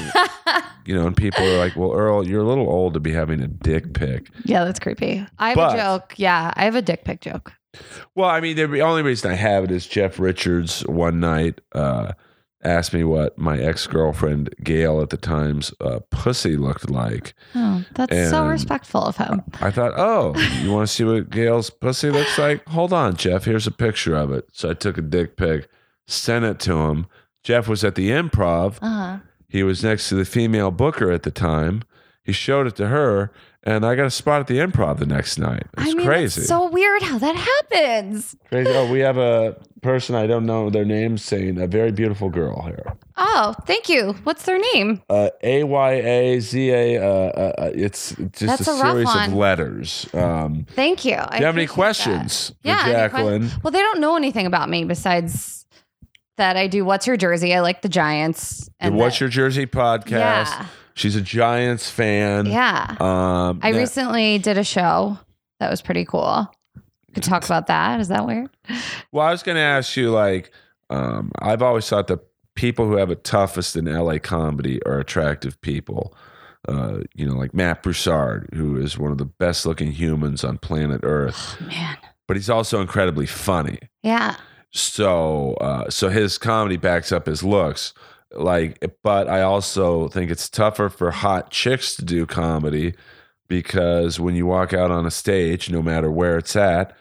you know, and people are like, "Well, Earl, you're a little old to be having a dick pic." Yeah, that's creepy. I have But- a joke. Yeah, I have a dick pic joke. Well, I mean, the only reason I have it is Jeff Richards one night uh, asked me what my ex girlfriend Gail at the time's uh, pussy looked like. Oh, that's so And- respectful of him. I thought, oh, you want to see what Gail's pussy looks like? Hold on, Jeff. Here's a picture of it. So I took a dick pic, sent it to him. Jeff was at the improv. Uh-huh. He was next to the female booker at the time. He showed it to her, and I got a spot at the improv the next night. It was I mean, crazy. It's so weird how that happens. Crazy. Oh, we have a person I don't know their name saying a very beautiful girl here. Oh, thank you. What's their name? Uh, A Y A Z A. uh, uh, uh, It's just That's a, a rough series of one. letters. Um, Thank you. do I you have any appreciate that. questions, for Yeah, any Jacqueline? Well, they don't know anything about me besides that I do What's Your Jersey? I like the Giants. The What's that- Your Jersey podcast. Yeah. She's a Giants fan. Yeah. Um, I yeah. recently did a show that was pretty cool. Could talk about that. Is that weird? well, I was going to ask you, like, um, I've always thought that people who have it toughest in LA comedy are attractive people. Uh, you know, like Matt Broussard, who is one of the best looking humans on planet Earth, Man. but he's also incredibly funny. Yeah. so uh, so his comedy backs up his looks like but i also think it's tougher for hot chicks to do comedy because when you walk out on a stage no matter where it's at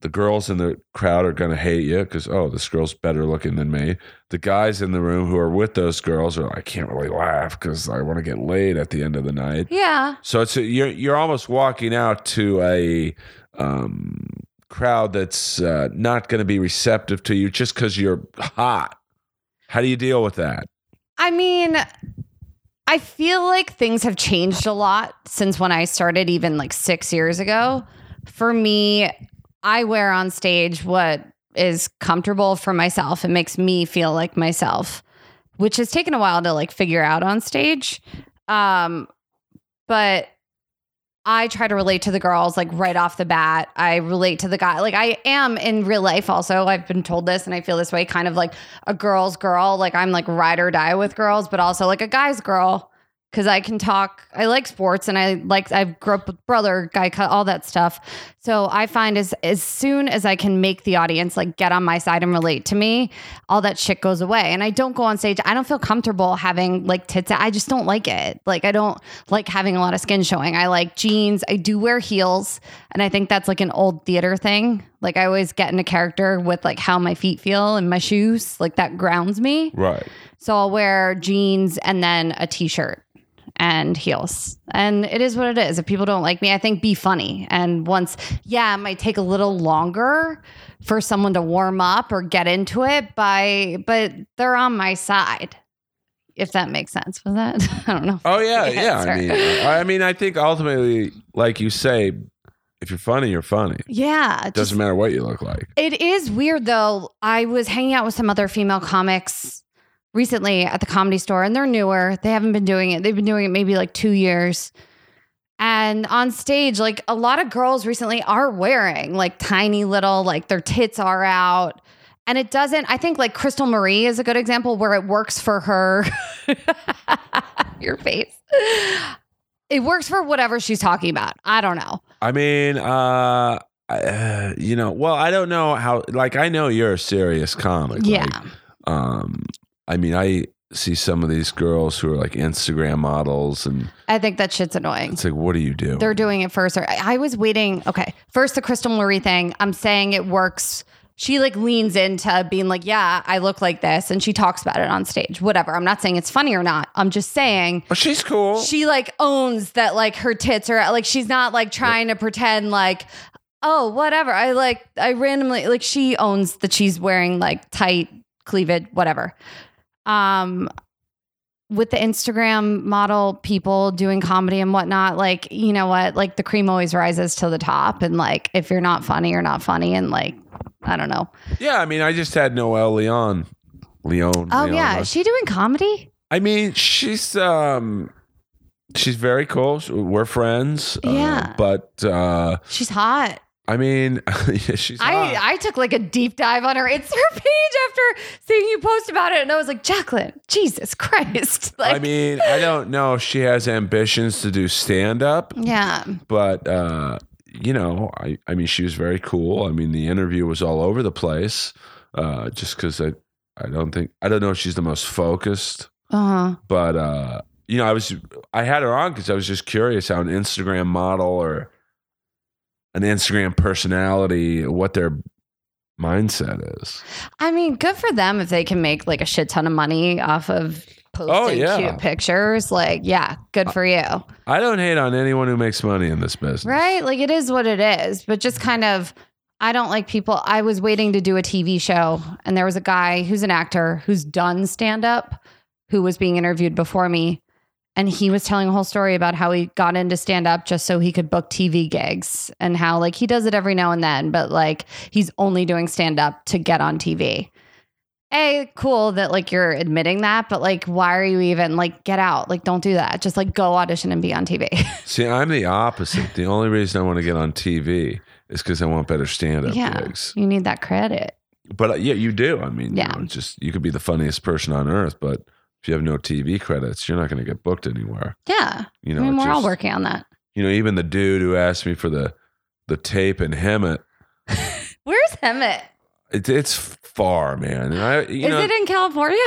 the girls in the crowd are going to hate you because oh this girl's better looking than me the guys in the room who are with those girls are i can't really laugh because i want to get laid at the end of the night Yeah. so it's a, you're you're almost walking out to a um, crowd that's uh, not going to be receptive to you just because you're hot. How do you deal with that? I mean, I feel like things have changed a lot since when I started, even like six years ago. For me, I wear on stage what is comfortable for myself. It makes me feel like myself, which has taken a while to like figure out on stage. Um, but I try to relate to the girls like right off the bat. I relate to the guy. Like I am in real life also. I've been told this and I feel this way kind of like a girl's girl. Like I'm like ride or die with girls, but also like a guy's girl because I can talk. I like sports and I like I grew up with brother, guy cut, all that stuff. So I find as as soon as I can make the audience like get on my side and relate to me, all that shit goes away. And I don't go on stage. I don't feel comfortable having like tits. out. I just don't like it. Like I don't like having a lot of skin showing. I like jeans. I do wear heels, and I think that's like an old theater thing. Like I always get into character with like how my feet feel and my shoes. Like that grounds me. Right. So I'll wear jeans and then a t-shirt and heels. And it is what it is. If people don't like me, I think be funny. And once, yeah, it might take a little longer for someone to warm up or get into it by but they're on my side. If that makes sense. Was that? I don't know. Oh yeah, Yeah, yeah. I sorry. mean, I, I mean, I think ultimately, like you say, if you're funny, you're funny. Yeah. just- Doesn't matter what you look like. It is weird though. I was hanging out with some other female comics recently at the comedy store and they're newer. They haven't been doing it. They've been doing it maybe like 2 years. And on stage, like a lot of girls recently are wearing like tiny little like their tits are out. And it doesn't, I think like Crystal Marie is a good example where it works for her. Your face. It works for whatever she's talking about. I don't know. I mean, uh, uh, you know, well, I don't know how. Like, I know you're a serious comic. yeah. Like, um, I mean, I see some of these girls who are like Instagram models, and I think that shit's annoying. it's like, what do you do? They're doing it first. Or I I was waiting. Okay, first the Crystal Marie thing. I'm saying it works. She like leans into being like, "Yeah, I look like this," and she talks about it on stage. Whatever. I'm not saying it's funny or not. I'm just saying But she's cool. she like owns that like her tits are like she's not like trying to pretend like oh whatever i like i randomly like she owns that she's wearing like tight cleavage whatever um with the instagram model people doing comedy and whatnot like you know what like the cream always rises to the top and like if you're not funny you're not funny and like i don't know yeah, I mean, I just had Noelle Leon. Leon. oh Leon yeah was- is she doing comedy I mean, she's um, she's very cool. We're friends. uh, Yeah. but uh, she's hot I mean, yeah, she's. I, hot. I took like a deep dive on her Instagram page after seeing you post about it, and I was like, Jacqueline, Jesus Christ! Like, I mean, I don't know if she has ambitions to do stand up, yeah, but uh, you know, I, I mean, she was very cool. I mean, the interview was all over the place, uh, just because I, I don't think I don't know if she's the most focused, uh huh, but uh, you know, I was I had her on because I was just curious how an Instagram model or an Instagram personality what their mindset is. I mean, good for them if they can make like a shit ton of money off of posting Oh, yeah. Uh, cute pictures. Like, yeah, good for you, I don't hate on anyone who makes money in this business, right? Like, it is what it is, but just kind of. I don't like people. I was waiting to do a TV show, and there was a guy who's an actor who's done stand up who was being interviewed before me. and he was telling a whole story about how he got into stand up just so he could book TV gigs and how like he does it every now and then, but like he's only doing stand up to get on TV. A, a cool that like you're admitting that, but like, why are you even like get out? Like, don't do that. Just like go audition and be on TV. See, I'm the opposite. The only reason I want to get on TV is because I want better stand up Yeah. gigs. you need that credit. But uh, yeah, you do. I mean, Yeah. you know, it's just you could be the funniest person on earth, but if you have no TV credits, you're not going to get booked anywhere. Yeah. You know, I mean, it we're all just- working on that. You know, even the dude who asked me for the the tape and Hemet, Where's Hemet? it, it's far, man. And I, you Is know, it in California?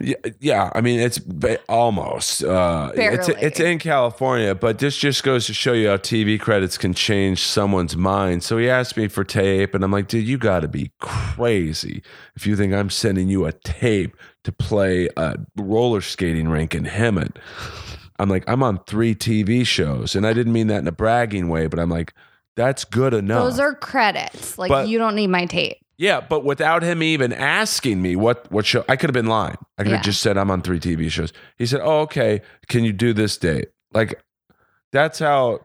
Yeah, yeah. I mean, it's ba- almost. Uh, it's Barely. it's in California, but this just goes to show you how TV credits can change someone's mind. So he asked me for tape, and I'm like, dude, you got to be crazy if you think I'm sending you a tape to play a roller skating rink in Hemet. I'm like, I'm on three TV shows, and I didn't mean that in a bragging way, but I'm like, that's good enough. Those are credits. Like, But- you don't need my tape. Yeah, but without him even asking me what what show, I could have been lying. I could Yeah. have just said I'm on three TV shows. He said, "Oh, okay. Can you do this date?" Like, that's how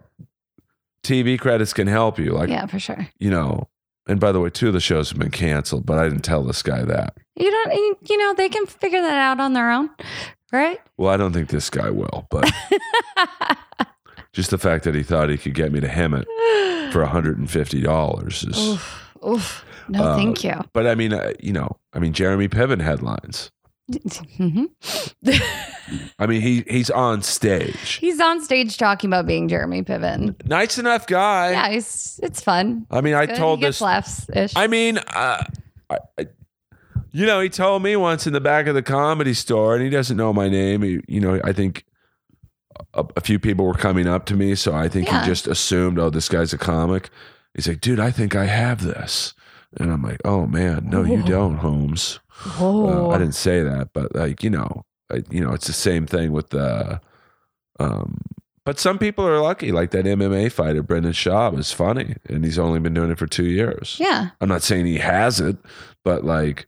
TV credits can help you. Like, yeah, for sure. you know. And by the way, two of the shows have been canceled, but I didn't tell this guy that. You don't, you, you know, they can figure that out on their own, right? Well, I don't think this guy will, but just the fact that he thought he could get me to hem it for $150 is. oof, oof. No, Uh, thank you. But I mean, uh, you know, I mean, Jeremy Piven headlines. Mhm. I mean, he he's on stage. He's on stage talking about being Jeremy Piven. nice enough guy. Yeah, he's, it's fun. I mean, I Good. told he this. gets laughs ish. I mean, uh, I, I, you know, he told me once in the back of the comedy store, and he doesn't know my name. He, you know, I think a, a few people were coming up to me, so I think Yeah. he just assumed, oh, this guy's a comic. He's like, dude, I think I have this, and I'm like, oh man, no, you Whoa. don't, Holmes. Uh, Whoa. I didn't say that, but like you know, I, you know, it's the same thing with the. Um, but some people are lucky, like that MMA fighter Brendan Schaub is funny, and he's only been doing it for two years. yeah, I'm not saying he has it, but like,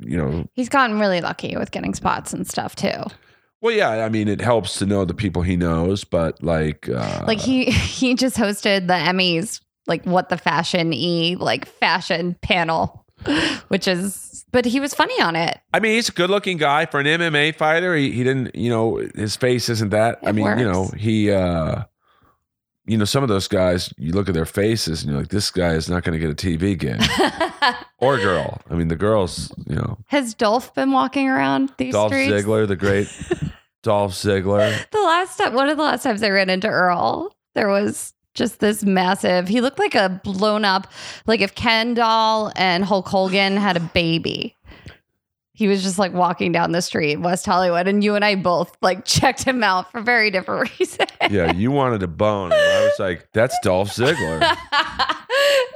you know, he's gotten really lucky with getting spots and stuff too. well, yeah, I mean, it helps to know the people he knows, but like, uh, like he he just hosted the Emmys, like what the fashion e like fashion panel, which is but he was funny on it. I mean, he's a good looking guy for an MMA fighter. He, he didn't, you know, his face isn't that. I It mean, you works. know, he, uh, you know, some of those guys, you look at their faces and you're like, this guy is not going to get a TV gig or girl. I mean, the girls, you know, Has Dolph been walking around these Dolph streets? Ziggler, the great Dolph Ziggler. The last time, one of the last times I ran into Earl, there was just this massive. He looked like a blown up, like if Ken Doll and Hulk Hogan had a baby. He was just like walking down the street in West Hollywood, and you and I both like checked him out for very different reasons. Yeah, you wanted a bone. And I was like, that's Dolph Ziggler.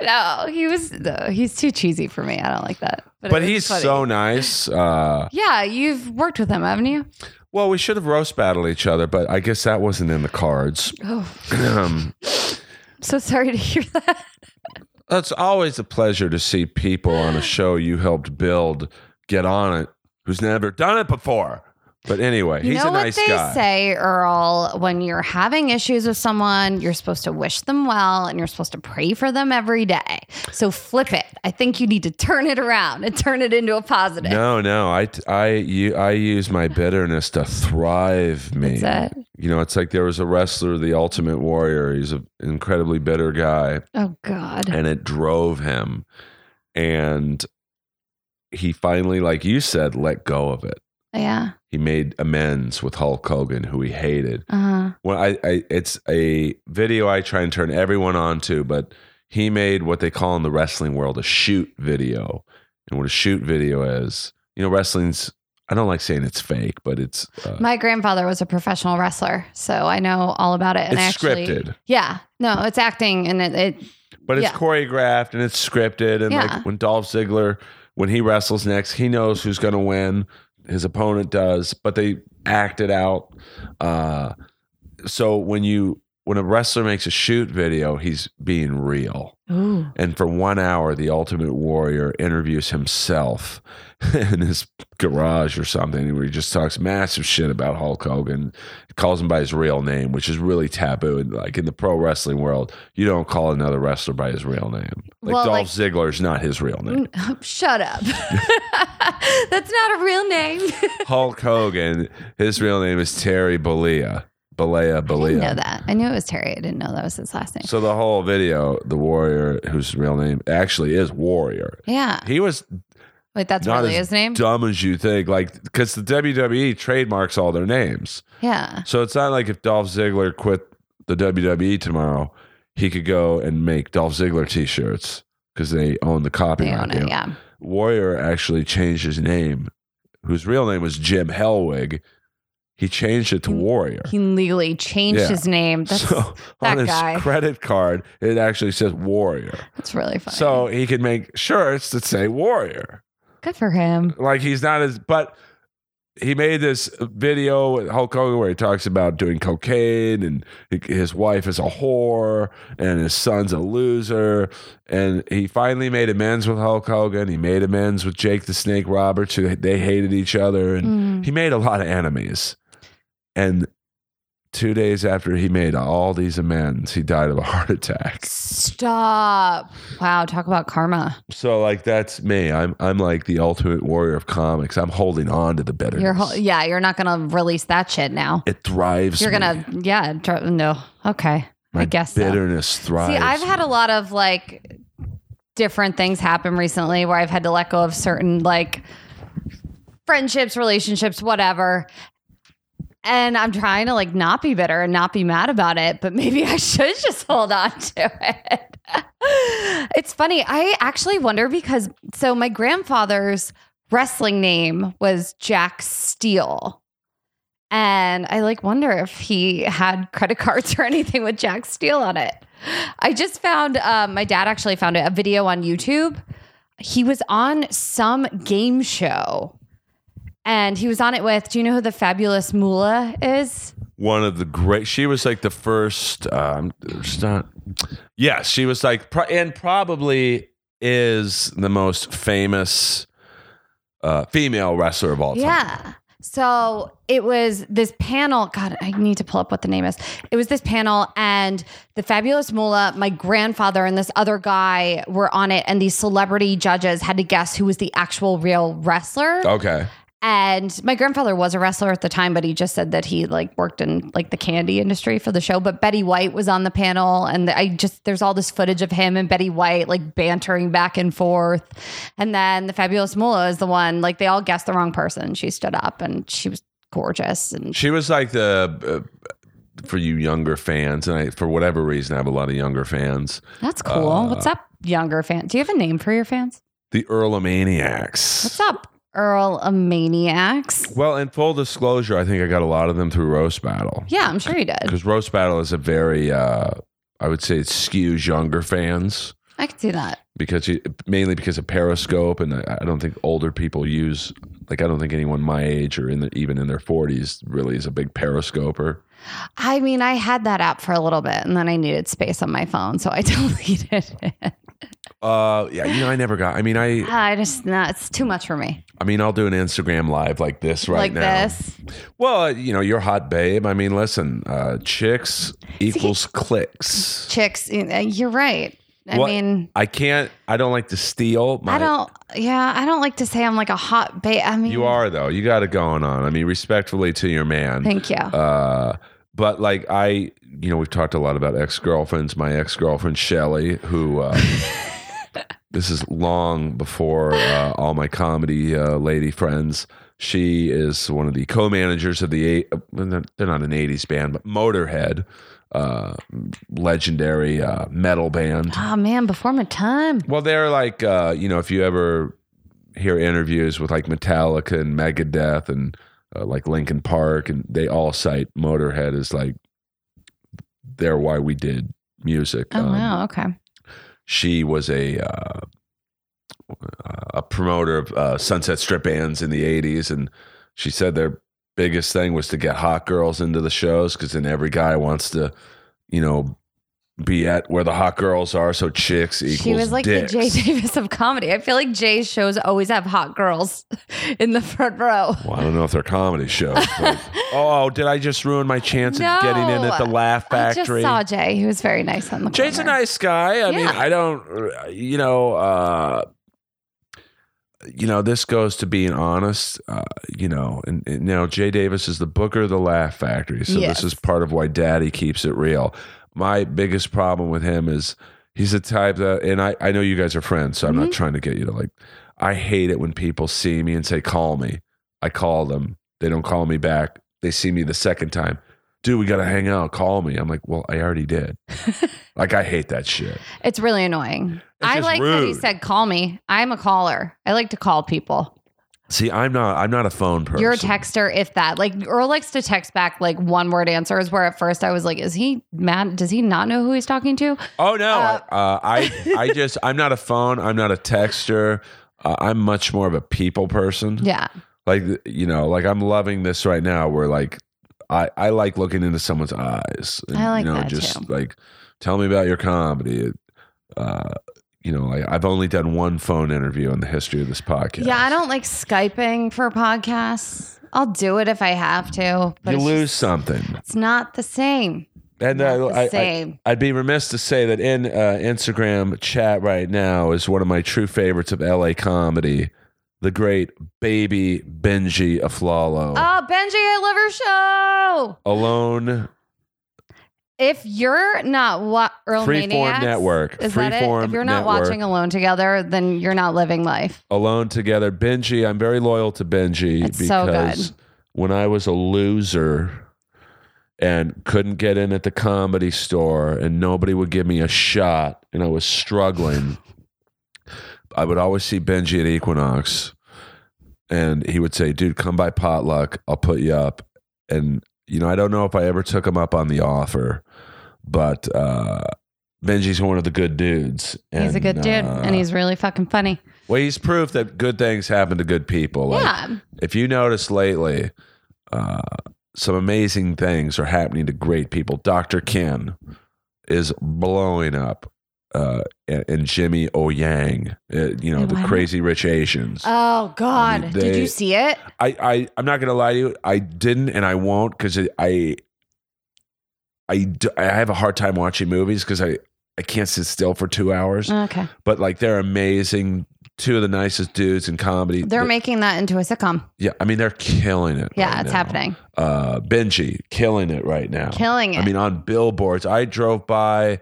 no, he was no, he's too cheesy for me. I don't like that. it But was he's funny. so nice. Uh, yeah. You've worked with him, haven't you? well, we should have roast battled each other, but I guess that wasn't in the cards. Oh, Um, so sorry to hear that. It's always a pleasure to see people on a show you helped build get on it who's never done it before. But anyway, you he's know a nice what they guy. say, Earl. When you're having issues with someone, you're supposed to wish them well, and you're supposed to pray for them every day. So flip it. I think you need to turn it around and turn it into a positive. No, no, I, t- I, you, I use my bitterness to thrive me. That's it. You know, it's like there was a wrestler, the Ultimate Warrior. He's an incredibly bitter guy, Oh God. and it drove him, and he finally, like you said, let go of it. Yeah. He made amends with Hulk Hogan, who he hated. Uh-huh. Well, I, I it's a video I try and turn everyone on to, but he made what they call in the wrestling world a shoot video. And what a shoot video is, you know, wrestling's I don't like saying it's fake, but it's uh, My grandfather was a professional wrestler, so I know all about it. And it's I actually, scripted. Yeah, no, it's acting, and it, it But it's yeah. choreographed and it's scripted and Yeah. like when Dolph Ziggler when he wrestles next, he knows who's going to win. His opponent does, but they act it out. Uh, so when you when a wrestler makes a shoot video, he's being real. ooh, And for one hour, the Ultimate Warrior interviews himself in his garage or something, where he just talks massive shit about Hulk Hogan, calls him by his real name, which is really taboo. And like in the pro wrestling world, you don't call another wrestler by his real name. Like Well, Dolph like- Ziggler's not his real name. shut up. That's not a real name. Hulk Hogan, his real name is Terry Bollea. Bollea, I didn't know Bollea. that. I knew it was Terry. I didn't know that was his last name. So the whole video, the warrior, whose real name actually is Warrior. yeah. He was Wait, that's not really as his name? dumb as you think, like because the WWE trademarks all their names. yeah. So it's not like if Dolph Ziggler quit the WWE tomorrow, he could go and make Dolph Ziggler t-shirts because they own the They copyright. own deal. it. Yeah. Warrior actually changed his name, whose real name was Jim Hellwig. He changed it to He- Warrior. He legally changed Yeah. his name. That's, so that on his guy. credit card, it actually says Warrior. that's really funny. So he could make shirts that say Warrior. good for him. like he's not as but he made this video with Hulk Hogan where he talks about doing cocaine and his wife is a whore and his son's a loser. And he finally made amends with Hulk Hogan. He made amends with Jake the Snake Roberts, who they hated each other. And Mm. he made a lot of enemies. And two days after he made all these amends, he died of a heart attack. Stop. Wow. Talk about karma. So like that's me. I'm I'm like the ultimate warrior of comics. I'm holding on to the bitterness. You're whole, yeah, you're not going to release that shit now. it thrives. You're me. going to, yeah, dr- no. Okay. My I guess so. bitterness thrives. See, I've had me. a lot of like different things happen recently where I've had to let go of certain like friendships, relationships, whatever. And I'm trying to like not be bitter and not be mad about it, but maybe I should just hold on to it. it's funny. I actually wonder because so my grandfather's wrestling name was Jack Steele. And I like wonder if he had credit cards or anything with Jack Steele on it. I just found um, my dad actually found a video on YouTube. He was on some game show, and he was on it with. Do you know who the fabulous Moolah is? one of the great. She was like the first. Um, she's not. Yes, she was like, pro- and probably is the most famous uh, female wrestler of all time. Yeah. So it was this panel. God, I need to pull up what the name is. It was this panel, and the fabulous Moolah, my grandfather, and this other guy were on it, and these celebrity judges had to guess who was the actual real wrestler. Okay. And my grandfather was a wrestler at the time, but he just said that he like worked in like the candy industry for the show. But Betty White was on the panel, and I just there's all this footage of him and Betty White like bantering back and forth. And then the fabulous Moolah is the one like they all guessed the wrong person. She stood up and she was gorgeous and She was like the. Uh, for you younger fans, and I, for whatever reason, I have a lot of younger fans. that's cool. Uh, What's up, younger fan? Do you have a name for your fans? The Earlomaniacs. What's up, Earl of Maniacs? Well, in full disclosure, I think I got a lot of them through Roast Battle. Yeah, I'm sure you did. because roast battle is a very uh i would say it skews younger fans I could see that. because you, mainly because of periscope and I, I don't think older people use like i don't think anyone my age or in the, even in their 40s really is a big periscoper I mean, I had that app for a little bit and then I needed space on my phone, so I deleted it. Ah, uh yeah you know i never got i mean i I just, no, it's too much for me. i mean i'll do an instagram live like this right like now this. well uh, you know you're hot babe i mean listen uh chicks equals clicks Chicks, you know, you're right. I What- mean, i can't i don't like to steal my I don't, yeah, I don't like to say I'm like a hot babe. I mean, you are though you got it going on i mean respectfully to your man Thank you. Uh, but like I, you know, we've talked a lot about ex girlfriends. My ex girlfriend Shelly, who uh, this is long before uh, all my comedy uh, lady friends. She is one of the co-managers of the eight. They're they're not an '80s band, but Motorhead, uh, legendary uh, metal band. oh, man, before my time. Well, they're like, uh, you know, if you ever hear interviews with like Metallica and Megadeth and uh, like Linkin Park, and they all cite Motorhead as like they're why we did music. Oh, Um, wow. Okay. She was a uh, a promoter of uh, Sunset Strip bands in the '80s, and she said their biggest thing was to get hot girls into the shows because then every guy wants to, you know. Be at where the hot girls are, so chicks equals She was like dicks. the Jay Davis of comedy. I feel like Jay's shows always have hot girls in the front row. Well, I don't know if they're comedy shows. but- oh, did I just ruin my chance of getting in at the No. Laugh I just Factory? saw Jay. He was very nice on the Jay's a corner. nice guy. I mean, Yeah. I don't, you know, uh, you know, this goes to being honest. Uh, you know, and, and, you know, Jay Davis is the booker of the Laugh Factory, so Yes. this is part of why Daddy keeps it real. My biggest problem with him is he's the type that, and I, I know you guys are friends, so I'm Mm-hmm. not trying to get you to like. I hate it when people see me and say, "Call me." I call them. They don't call me back. They see me the second time. Dude, we gotta hang out. Call me. I'm like, well, I already did. like, I hate that shit. It's really annoying. I just like that he rude. said, call me. I'm a caller. I like to call people. See, I'm not. I'm not a phone person. You're a texter, if that. Like Earl likes to text back like one word answers. Where at first I was like, "Is he mad? Does he not know who he's talking to?" Oh no, Uh, I- uh, I I just I'm not a phone. I'm not a texter. Uh, I'm much more of a people person. Yeah, Like you know, like I'm loving this right now. Where like I I like looking into someone's eyes. I like you know, that, just too. like tell me about your comedy. Uh, you know, like I've only done one phone interview in the history of this podcast. yeah. I don't like skyping for podcasts. I'll do it if I have to, but You it's, just- lose something, it's not the same. and Not the I, I, same. I'd be remiss to say that in uh, Instagram chat right now is one of my true favorites of LA comedy, the great baby Benji Aflalo. oh, Benji, I love your show. Alone, If you're not what Earl Freeform Maniacs, Network. is that it? Freeform If you're not Network. watching Alone Together, then you're not living life. alone together. Benji, I'm very loyal to Benji It's so because good. when I was a loser and couldn't get in at the comedy store and nobody would give me a shot and I was struggling, I would always see Benji at Equinox and he would say, Dude, come by potluck. I'll put you up. And, you know, I don't know if I ever took him up on the offer, but, uh, Benji's one of the good dudes. he's a good dude, uh, and he's really fucking funny. well, he's proof that good things happen to good people. Like, yeah, If you notice lately, uh, some amazing things are happening to great people. Dr. Ken is blowing up. Uh, and, and Jimmy O Yang, uh, you know, Hey, the why not? crazy rich Asians. Oh God! I mean, Did they- you see it? I, I, I'm not going to lie to you. I didn't and I won't because I, I, d- I have a hard time watching movies because I, I can't sit still for two hours. Okay, But like, they're amazing. Two of the nicest dudes in comedy. they're They- making that into a sitcom. Yeah, I mean they're killing it. Yeah, right it's now. happening, Uh, Benji killing it right now. killing it. I mean on billboards. I drove by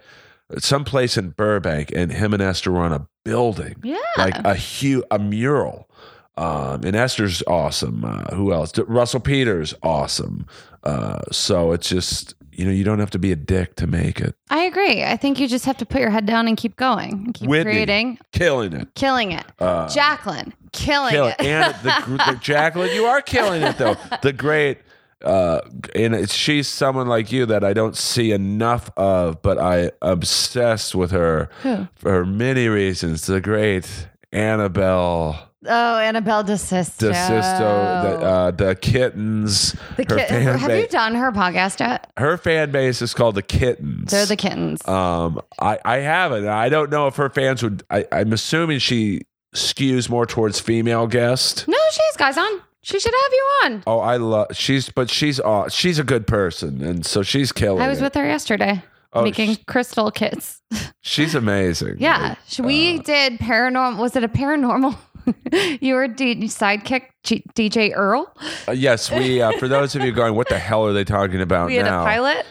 someplace in Burbank, and him and Esther were on a building, yeah, like a huge a mural. Um, and Esther's awesome. Uh, who else? D- Russell Peters, awesome. Uh, so it's just you know you don't have to be a dick to make it. I agree. I think you just have to put your head down and keep going, and keep Whitney. creating, Killing it. killing it. Uh, Jacqueline, killing killing it. and the, gr- the Jacqueline, you are killing it though. The great, uh, and it's, she's someone like you that I don't see enough of, but I obsessed with her Who? for many reasons. The great Annabelle Oh, Annabelle DeSisto. DeSisto, the, uh, the kittens. The her kit- fan have base. you done her podcast yet? Her fan base is called the kittens. They're the kittens. Um, I, I haven't. I don't know if her fans would. I, I'm assuming she skews more towards female guests. no, she's guys on. She should have you on. Oh, I love she's, but she's aw- she's a good person, and so she's killing. I was it. with her yesterday Oh, making sh- crystal kits. she's amazing. Yeah, Like, sh- we Uh. did paranormal. Was it a paranormal? you were D- sidekick G- DJ Earl. uh, yes, we. Uh, for those of you going, what the hell are they talking about Oh, We had now? a pilot.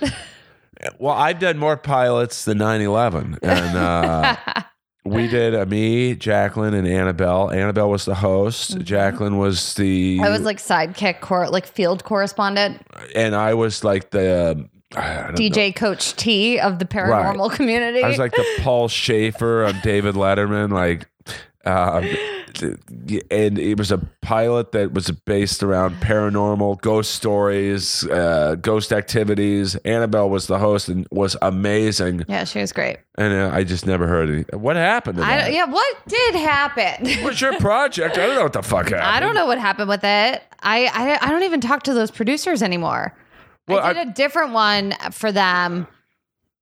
Well, I've done more pilots than 9/11, and uh, we did uh, me, Jacqueline, and Annabelle. Annabelle was the host. Jacqueline was the. Mm-hmm. I was like sidekick, cor- like field correspondent, and I was like the. um, I don't know. DJ Coach T of the paranormal community. I was like the Paul Schaefer of David Letterman, like, um, and it was a pilot that was based around paranormal ghost stories, uh, ghost activities. Annabelle was the host and was amazing, yeah, she was great. and uh, I just never heard any. What happened to I that? don't, yeah, what did happen? What was your project? I don't know what the fuck happened. I don't know what happened with it. I, I I don't even talk to those producers anymore. Well, I did a different one for them.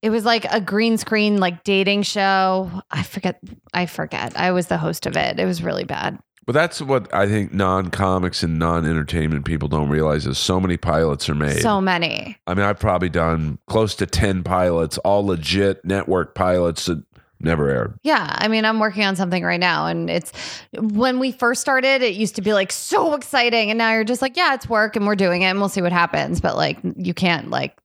It was like a green screen like dating show. I forget I forget. I was the host of it. It was really bad. But that's what I think non-comics and non-entertainment people don't realize is so many pilots are made. So many. I mean, I've probably done close to 10 pilots, all legit network pilots that Never aired. Yeah, I mean, I'm working on something right now, and it's when we first started, it used to be like so exciting, and now you're just like, yeah, it's work, and we're doing it, and we'll see what happens. But like, you can't like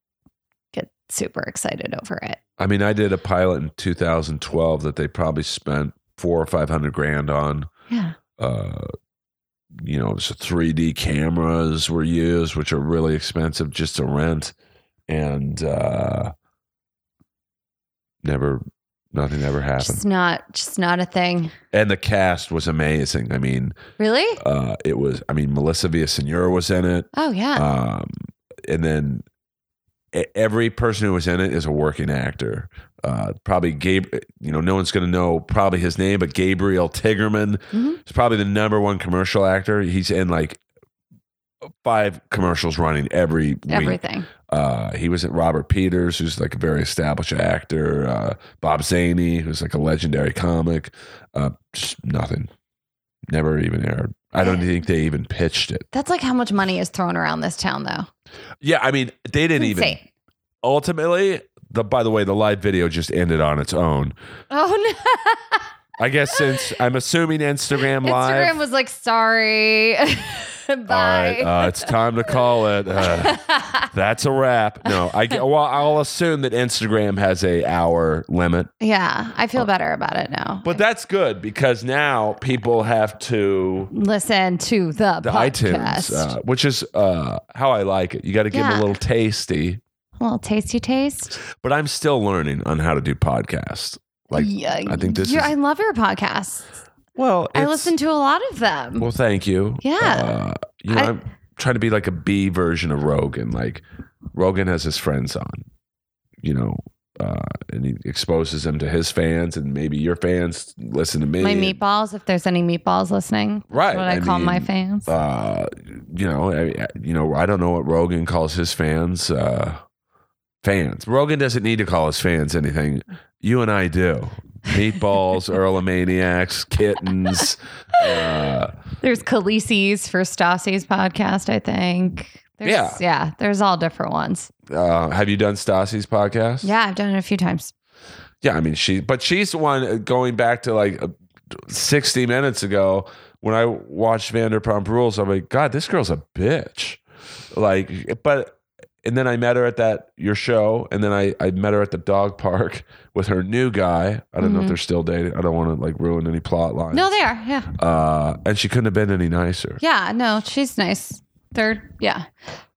get super excited over it. I mean, I did a pilot in 2012 that they probably spent four or five hundred grand on. Yeah, Uh, you know, so 3D cameras were used, which are really expensive just to rent, and uh, never, nothing ever happened. just not, just not a thing. And the cast was amazing. I mean, Really? uh, it was. I mean, Melissa Villaseñor was in it. Oh yeah, Um, and then e- every person who was in it is a working actor. Uh, probably Gabe, you know, no one's going to know probably his name, but Gabriel Tigerman Mhm. is probably the number one commercial actor. He's in like five commercials running every week. everything. Uh, he was at Robert Peters, who's like a very established actor. Uh, Bob Zaney, who's like a legendary comic. Uh, just nothing. Never even aired. I don't think they even pitched it. That's like how much money is thrown around this town, though. Yeah, I mean, they didn't even Insane. ultimately the by the way the live video just ended on its own Oh no! i guess since i'm assuming instagram live Instagram was like, sorry, all right bye. uh, it's time to call it uh, that's a wrap no i get well i'll assume that instagram has a hour limit yeah, I feel better about it now. Uh, but that's good because now people have to listen to the, the podcast. itunes uh, which is uh, how i like it you got to give them Yeah. a little tasty a little tasty taste. but i'm still learning on how to do podcasts like yeah, I think this you're- is- I love your podcasts. well I it's- listen to a lot of them. Well, thank you. Yeah. Uh, you know, I- I, am trying to be like a B version of Rogan. Like Rogan has his friends on, you know, uh, and he exposes them to his fans, and maybe your fans listen to me. my meatballs, if there's any meatballs listening, right? that's what I, call my mean, fans. Uh, you know, I, I- you know, I don't know what Rogan calls his fans. Uh, fans. Rogan doesn't need to call his fans anything. You and I do. Meatballs, Earlomaniacs, kittens. Uh, there's Khaleesi's for Stassi's podcast, I think. There's, Yeah. there's all different ones. uh, have you done Stassi's podcast? Yeah, I've done it a few times. Yeah, I mean she, but she's the one uh, going back to like uh, sixty minutes ago when I watched Vanderpump Rules. I'm like, God, this girl's a bitch. Like, but and then I met her at that your show, and then I I met her at the dog park with her new guy. I don't know if Mhm. they're still dating. I don't want to like ruin any plot lines. No, they are. Yeah. uh, and she couldn't have been any nicer. Yeah, no, she's nice. They're yeah.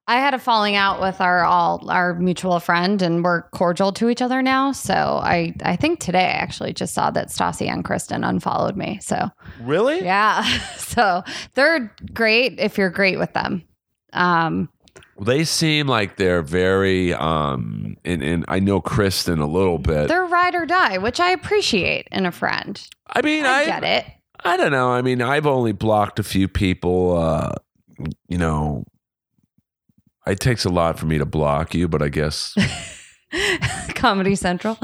I had a falling out with our all our mutual friend, and we're cordial to each other now. So I I think today I actually just saw that Stassi and Kristen unfollowed me. So Really? yeah, so they're great if you're great with them. Um, They seem like they're very um, and and I know Kristen a little bit. they're ride or die, which I appreciate in a friend. I mean, I, I, get it. I don't know. I mean, I've only blocked a few people. Uh, you know, it takes a lot for me to block you, but I guess, Comedy Central.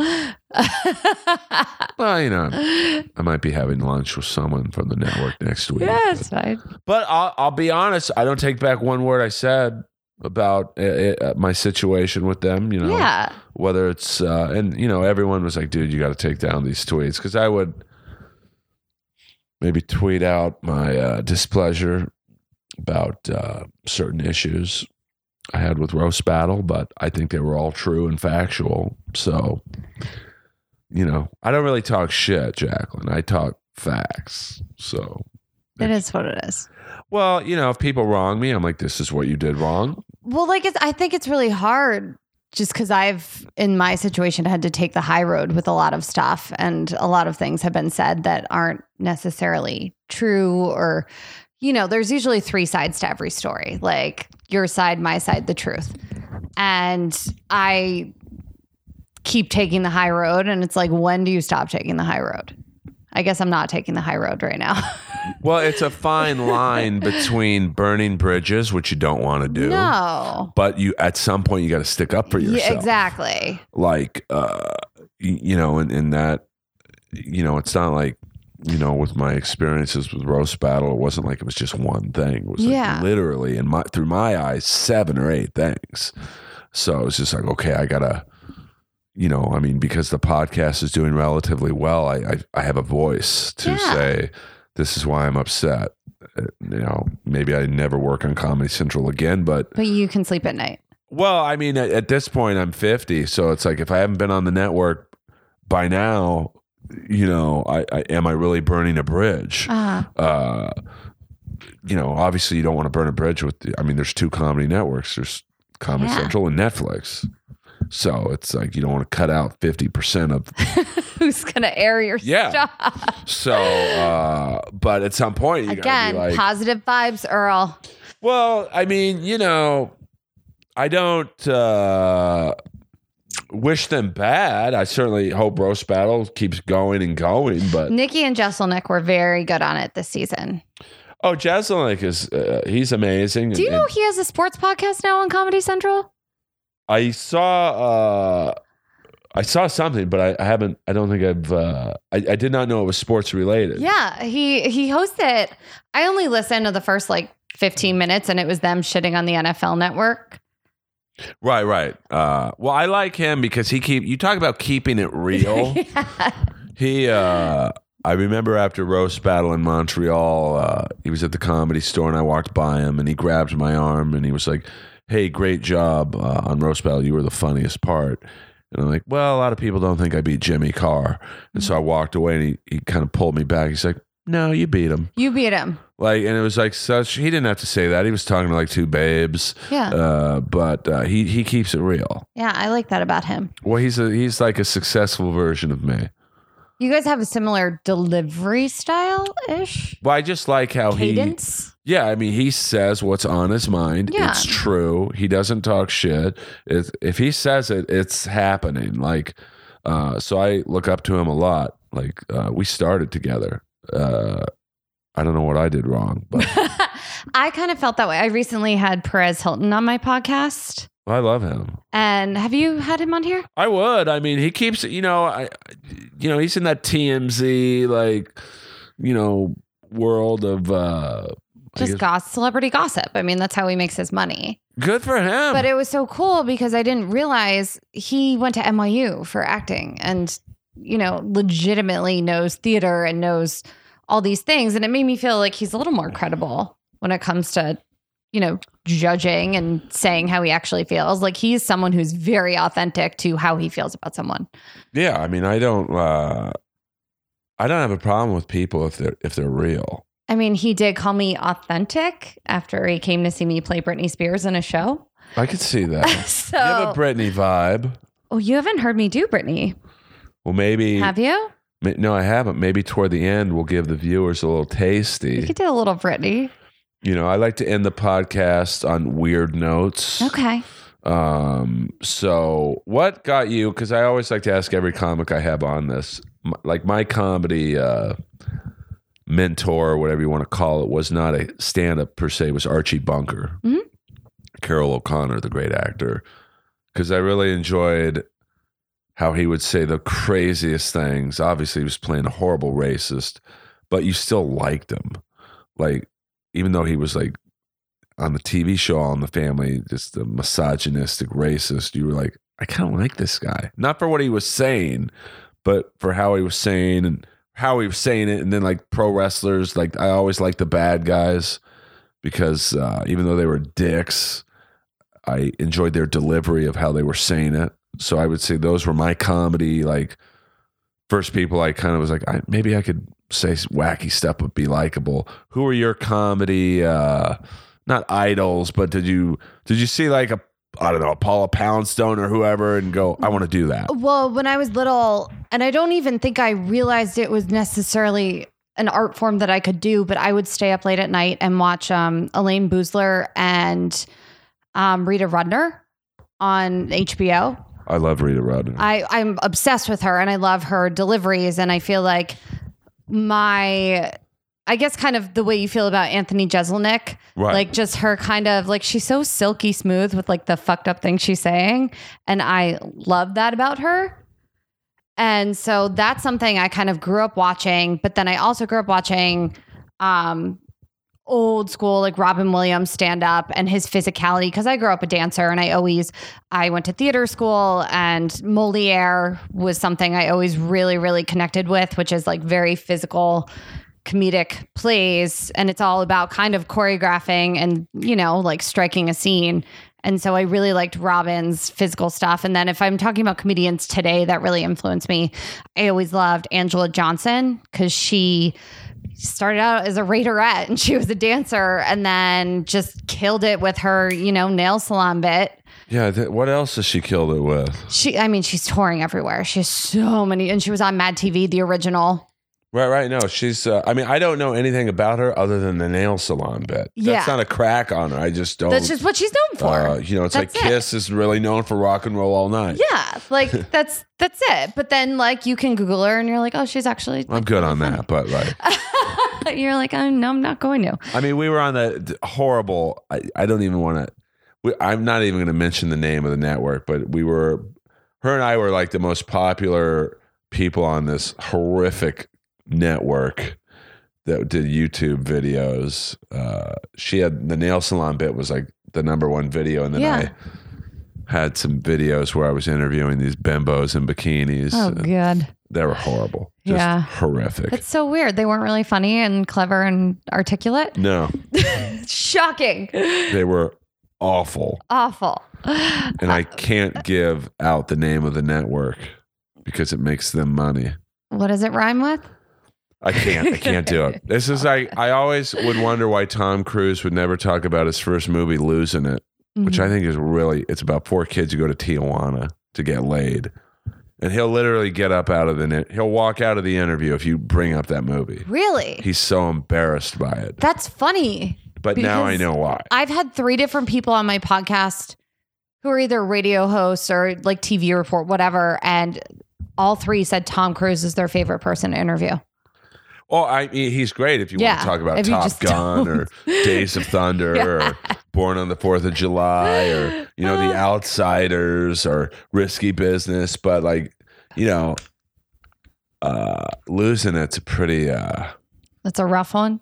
well, you know, yeah, I might be having lunch with someone from the network next week. it's fine. But I'll, I'll be honest. I don't take back one word I said about uh uh my situation with them. You know, Yeah. whether it's uh, and you know, everyone was like, "Dude, you got to take down these tweets," because I would maybe tweet out my uh, displeasure about uh, certain issues I had with roast battle, but I think they were all true and factual. So, you know, I don't really talk shit, Jacqueline. I talk facts. So, It is what it is. well, you know, if people wrong me, I'm like, "This is what you did wrong." Well, like it's, I think it's really hard just because I've in my situation had to take the high road with a lot of stuff, and a lot of things have been said that aren't necessarily true or. You know, there's usually three sides to every story like your side, my side, the truth. And I keep taking the high road. And it's like, when do you stop taking the high road? I guess I'm not taking the high road right now. Well, it's a fine line between burning bridges, which you don't want to do. No. but you at some point you got to stick up for yourself Yeah, exactly. like uh y- you know and and that you know it's not like you know with my experiences with roast battle it wasn't like it was just one thing it was like Yeah. literally in my through my eyes seven or eight things so it's just like okay i gotta you know, I mean, because the podcast is doing relatively well, I I, I have a voice to Yeah. say this is why I'm upset. Uh, You know, maybe I never work on Comedy Central again, but But you can sleep at night. well, I mean, at, at this point, I'm 50, so it's like if I haven't been on the network by now, you know, I, I am I really burning a bridge? Ah, uh, you know, obviously you don't want to burn a bridge with. The, I mean, there's two comedy networks. There's Comedy Yeah. Central and Netflix. So it's like you don't want to cut out fifty percent of. who's gonna air your Yeah. stuff? So, uh, but at some point you Again, gotta be like, positive vibes, Earl. well, I mean, you know, I don't uh, wish them bad. I certainly hope roast battle keeps going and going. But Nikki and Jesselnick were very good on it this season. oh, Jaslenick is uh, he's amazing. Do you and- know he has a sports podcast now on Comedy Central? I saw uh I saw something, but I, I haven't I don't think I've uh I, I did not know it was sports related. Yeah, he he hosts it. I only listened to the first like 15 minutes, and it was them shitting on the NFL Network. Right, right. Uh well I like him because he keep you talk about keeping it real. Yeah. he uh I remember after roast battle in Montreal, uh, he was at the comedy store and I walked by him and he grabbed my arm and he was like, "Hey, great job uh, on roast battle. You were the funniest part." And I'm like, "Well, a lot of people don't think I beat Jimmy Carr." And so I walked away and he, he kind of pulled me back. He's like, "No, you beat him." You beat him. Like, and it was like such. He didn't have to say that. He was talking to like two babes, Yeah. uh, but uh, he he keeps it real. Yeah, I like that about him. Well, he's a he's like a successful version of me. You guys have a similar delivery style ish Well, I just like how cadence. Oh, he. Yeah, I mean, he says what's on his mind. Yeah. It's true. He doesn't talk shit. If if he says it, it's happening. Like, uh, so I look up to him a lot. Like, uh, we started together. Uh, I don't know what I did wrong, but I kind of felt that way. I recently had Perez Hilton on my podcast. I love him. And have you had him on here? I would. I mean, he keeps. You know, I. You know, he's in that TMZ like, you know, world of. uh I Just guess- goss, celebrity gossip. I mean, that's how he makes his money. Good for him. But it was so cool because I didn't realize he went to NYU for acting and, you know, legitimately knows theater and knows all these things. And it made me feel like he's a little more credible when it comes to, you know, judging and saying how he actually feels. Like he's someone who's very authentic to how he feels about someone. yeah, I mean, I don't. uh I don't have a problem with people if they're if they're real. I mean, he did call me authentic after he came to see me play Britney Spears in a show. I could see that. so, You have a Britney vibe. oh, you haven't heard me do Britney, Well, maybe. have you? ma- no, I haven't. Maybe toward the end, we'll give the viewers a little You tasty. could do a little Britney. you know, I like to end the podcast on weird notes. Okay. Um, so what got you? Because I always like to ask every comic I have on this, m- like my comedy uh, mentor, whatever you want to call it, was not a stand up per se, it was Archie Bunker, Mhm. Carol O'Connor, the great actor. Because I really enjoyed how he would say the craziest things. Obviously, he was playing a horrible racist, but you still liked him. Like, even though he was like, on the TV show on the family, just the misogynistic racist, you were like, I kind of like this guy. Not for what he was saying, but for how he was saying and how he was saying it. And then like pro wrestlers, like I always like the bad guys because uh, even though they were dicks, I enjoyed their delivery of how they were saying it. So I would say those were my comedy, like first people I kind of was like, I, maybe I could say wacky stuff but be likable. Who are your comedy? Uh, not idols, but did you did you see like a I don't know a Paula Poundstone or whoever and go I want to do that? Well, when I was little, and I don't even think I realized it was necessarily an art form that I could do, but I would stay up late at night and watch um, Elaine Boozler and um, Rita Rudner on HBO. I love Rita Rodman. I, I'm obsessed with her and I love her deliveries. And I feel like my, I guess, kind of the way you feel about Anthony Jeselnik, Right. like just her kind of like she's so silky smooth with like the fucked up things she's saying. And I love that about her. And so that's something I kind of grew up watching. But then I also grew up watching um, old school like Robin Williams stand up and his physicality because I grew up a dancer and I always I went to theater school and Moliere was something I always really really connected with which is like very physical comedic plays and it's all about kind of choreographing and you know like striking a scene and so I really liked Robin's physical stuff and then if I'm talking about comedians today that really influenced me I always loved Angela Johnson cuz she started out as a raiderette and she was a dancer and then just killed it with her, you know, nail salon bit. Yeah. Th- what else has she killed it with? She, I mean, she's touring everywhere. She has so many, and she was on Mad TV, the original. Right, right. No, she's. Uh, I mean, I don't know anything about her other than the nail salon bit. Yeah. That's not a crack on her. I just don't. That's just what she's known for. Oh. Uh, you know, it's That's like it. Kiss is really known for rock and roll all night. yeah, like that's that's it. But then, like, you can Google her, and you're like, oh, she's actually. I'm good on that, but like, you're like, oh, no, I'm not going to. I mean, we were on that d- horrible. I, I don't even want to. We, I'm not even going to mention the name of the network, but we were. Her and I were like the most popular people on this horrific network that did YouTube videos. Uh, she had the nail salon bit was like the number one video, and then Yeah. I had some videos where I was interviewing these bimbos in bikinis. Oh, and god, they were horrible. Just Yeah. horrific. that's so weird. They weren't really funny and clever and articulate. no, Shocking, they were awful. awful. and I can't give out the name of the network because it makes them money. What does it rhyme with? I can't. I can't do it. This is like I always would wonder why Tom Cruise would never talk about his first movie losing it, which Mm-hmm. I think is really it's about four kids who go to Tijuana to get laid. And he'll literally get up out of the net. He'll walk out of the interview if you bring up that movie. Mm-hmm. Really? He's so embarrassed by it. That's funny. But now I Because- know why. I've had three different people on my podcast who are either radio hosts or like TV report, whatever. And all three said Tom Cruise is their favorite person to interview. Oh, I mean, he's great if you want Yeah, to talk about if you Top just Gun don't. or Days of Thunder or Born on the Fourth of July or you know Oh. The Outsiders or Risky Business, but like you know, uh, losing it's a pretty. Uh, That's a rough one.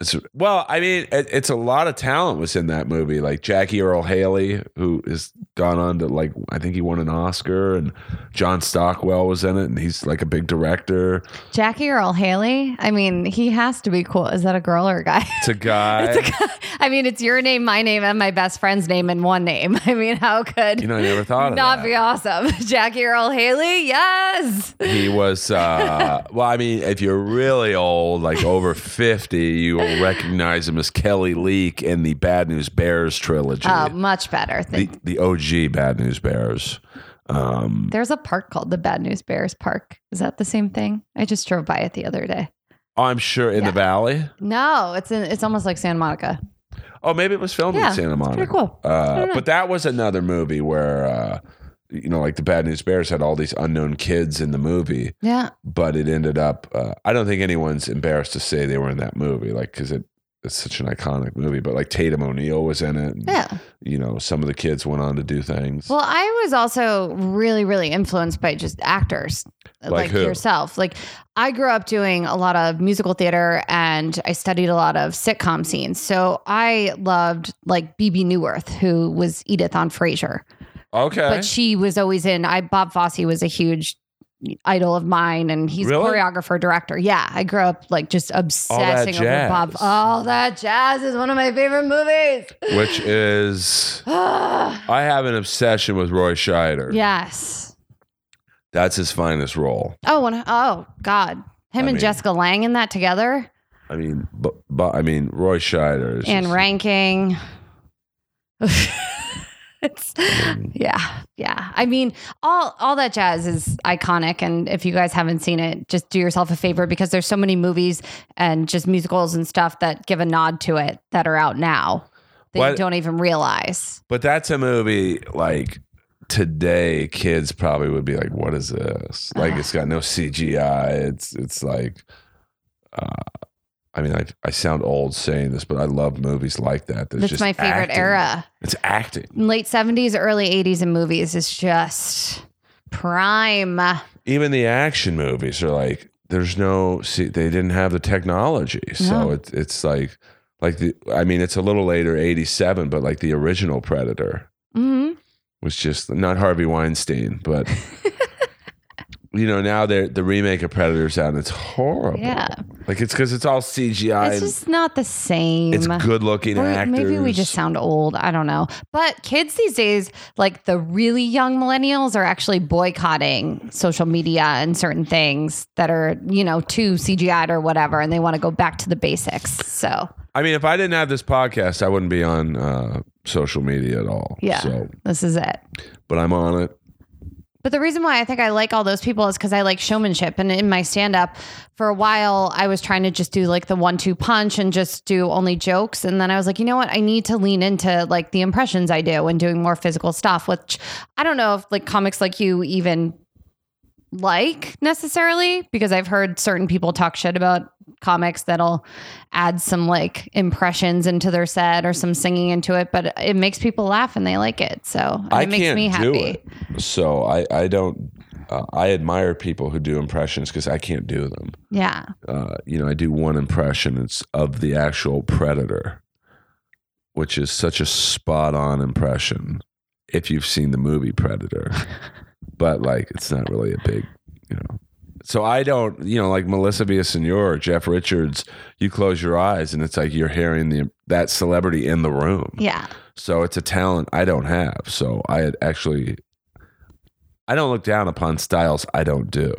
it's well, I mean, it, it's a lot of talent was in that movie, like Jackie Earl Haley, who has gone on to like I think he won an Oscar, and John Stockwell was in it, and he's like a big director. Jackie Earl Haley. I mean, he has to be cool. Is that a girl or a guy? It's a guy. It's a guy. I mean, it's your name, my name, and my best friend's name in one name. I mean, how could you know, I never thought of not that. be awesome? Jackie Earl Haley. Yes. he was uh well i mean if you're really old like over 50 you will recognize him as kelly leak in the bad news bears trilogy Oh, much better. the, Thank the og bad news bears um There's a park called the Bad News Bears Park. Is that the same thing? I just drove by it the other day. oh, i'm sure in Yeah. the valley No, it's in, it's almost like Santa Monica. oh maybe it was filmed Yeah, in santa monica Pretty cool. uh, don't know. but that was another movie where uh you know like the bad news bears had all these unknown kids in the movie Yeah. but it ended up uh, i don't think anyone's embarrassed to say they were in that movie like because it it's such an iconic movie but like tatum o'neill was in it and, Yeah. you know some of the kids went on to do things Well, I was also really really influenced by just actors Like like, who? yourself. Like I grew up doing a lot of musical theater and I studied a lot of sitcom scenes. So I loved like BB Newirth who was Edith on Frasier. okay but she was always in I Bob Fosse was a huge idol of mine and he's Really? a choreographer director. Yeah, I grew up like just obsessing over jazz. Bob. All that jazz is one of my favorite movies. which is Ah, i have an obsession with roy scheider yes. that's his finest role Oh, and, oh god. Him I and mean- Jessica Lang in that together i mean but, but i mean roy scheider is and just- ranking. it's yeah, yeah. I mean, all all that jazz is iconic and if you guys haven't seen it, just do yourself a favor because there's so many movies and just musicals and stuff that give a nod to it that are out now that What- you don't even realize. but that's a movie like today kids probably would be like what is this like Ugh. it's got no cgi it's it's like uh i mean i, I sound old saying this but i love movies like that There's That's just my favorite acting. era. it's acting Late 70s, early 80s in movies is just prime. even the action movies are like there's no see they didn't have the technology so No. it, it's like like the i mean it's a little later 87 but like the original predator hmm was just not harvey weinstein but you know now they're the remake of predators out and it's horrible Yeah. like it's because it's all cgi It's and just not the same. it's good looking Or actors Maybe we just sound old. I don't know. But kids these days, like the really young millennials, are actually boycotting social media and certain things that are, you know, too CGI'd or whatever. And they want to go back to the basics. So i mean if i didn't have this podcast i wouldn't be on uh social media at all Yeah. so this is it. but i'm on it But the reason why I think I like all those people is because I like showmanship. And in my stand up, for a while, I was trying to just do like the one two punch and just do only jokes. And then I was like, you know what? I need to lean into like the impressions I do and doing more physical stuff, which I don't know if like comics like you even like necessarily because I've heard certain people talk shit about comics that'll add some like impressions into their set or some singing into it, but it makes people laugh and they like it. So and I it makes can't me happy. do it. So I, I don't. Uh, I admire people who do impressions because I can't do them. Yeah. Uh, you know, I do one impression. It's of the actual predator, which is such a spot on impression if you've seen the movie Predator. but like, it's not really a big, you know. So I don't, you know, like Melissa Villasenor or Jeff Richards. You close your eyes and it's like you're hearing the that celebrity in the room. Yeah. So it's a talent I don't have. So I had actually, I don't look down upon styles I don't do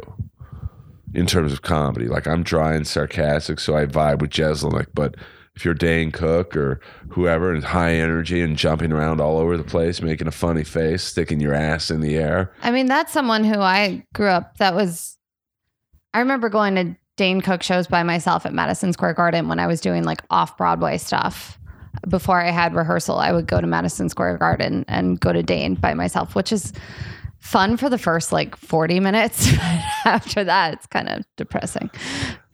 in terms of comedy. Like I'm dry and sarcastic, so I vibe with Jeselnik. But if you're Dane Cook or whoever and high energy and jumping around all over the place, making a funny face, sticking your ass in the air, I mean, that's someone who I grew up that was I remember going to Dane Cook shows by myself at Madison Square Garden when I was doing like off Broadway stuff. Before I had rehearsal, I would go to Madison Square Garden and go to Dane by myself, which is fun for the first like 40 minutes. After that, it's kind of depressing.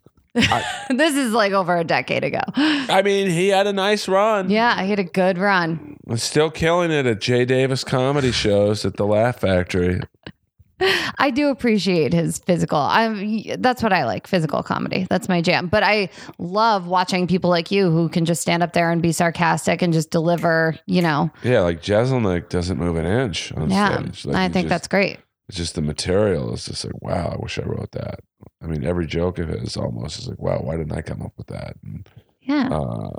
this is like over a decade ago. I mean, he had a nice run. Yeah, he had a good run. Was still killing it at Jay Davis comedy shows at the Laugh Factory. I do appreciate his physical. I'm that's what I like, physical comedy. That's my jam. But I love watching people like you who can just stand up there and be sarcastic and just deliver, you know. Yeah, like Jeselnik doesn't move an inch on yeah. stage. Like, I he think just- that's great. it's just the material is just like wow i wish i wrote that i mean every joke of his almost is like wow why didn't i come up with that and, Yeah. uh,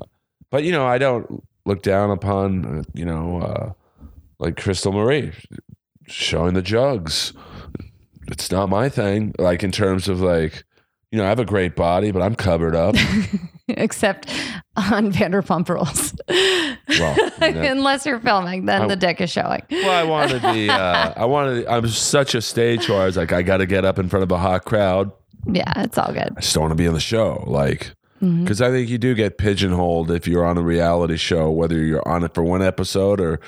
but you know i don't look down upon uh, you know uh, like crystal marie showing the jugs it's not my thing like in terms of like you know i have a great body but i'm covered up Except on Vanderpump Rules. Well, that- Unless you're filming, then I- the dick is showing. Well, I wanted the. Uh, I wanted. I'm such a stage whore. I was like, I got to get up in front of a hot crowd. Yeah, it's all good. I just don't want to be on the show. Like, Mhm. Because I think you do get pigeonholed if you're on a reality show, whether you're on it for one episode or,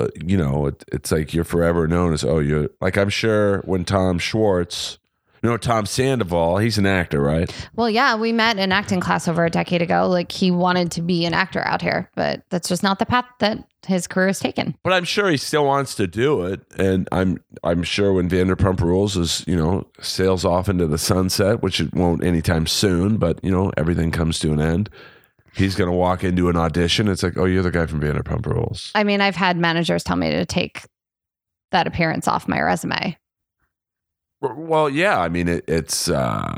uh, you know, it, it's like you're forever known as, oh, you're like, I'm sure when Tom Schwartz, you know, Tom Sandoval, he's an actor, right? Well, yeah, we met in acting class over a decade ago. Like he wanted to be an actor out here, but that's just not the path that his career has taken. But I'm sure he still wants to do it. And I'm, I'm sure when Vanderpump Rules is, you know, sails off into the sunset, which it won't anytime soon, but, you know, everything comes to an end. He's going to walk into an audition. It's like, oh, you're the guy from Vanderpump Rules. I mean, I've had managers tell me to take that appearance off my resume. Well, yeah. I mean, it, it's, uh,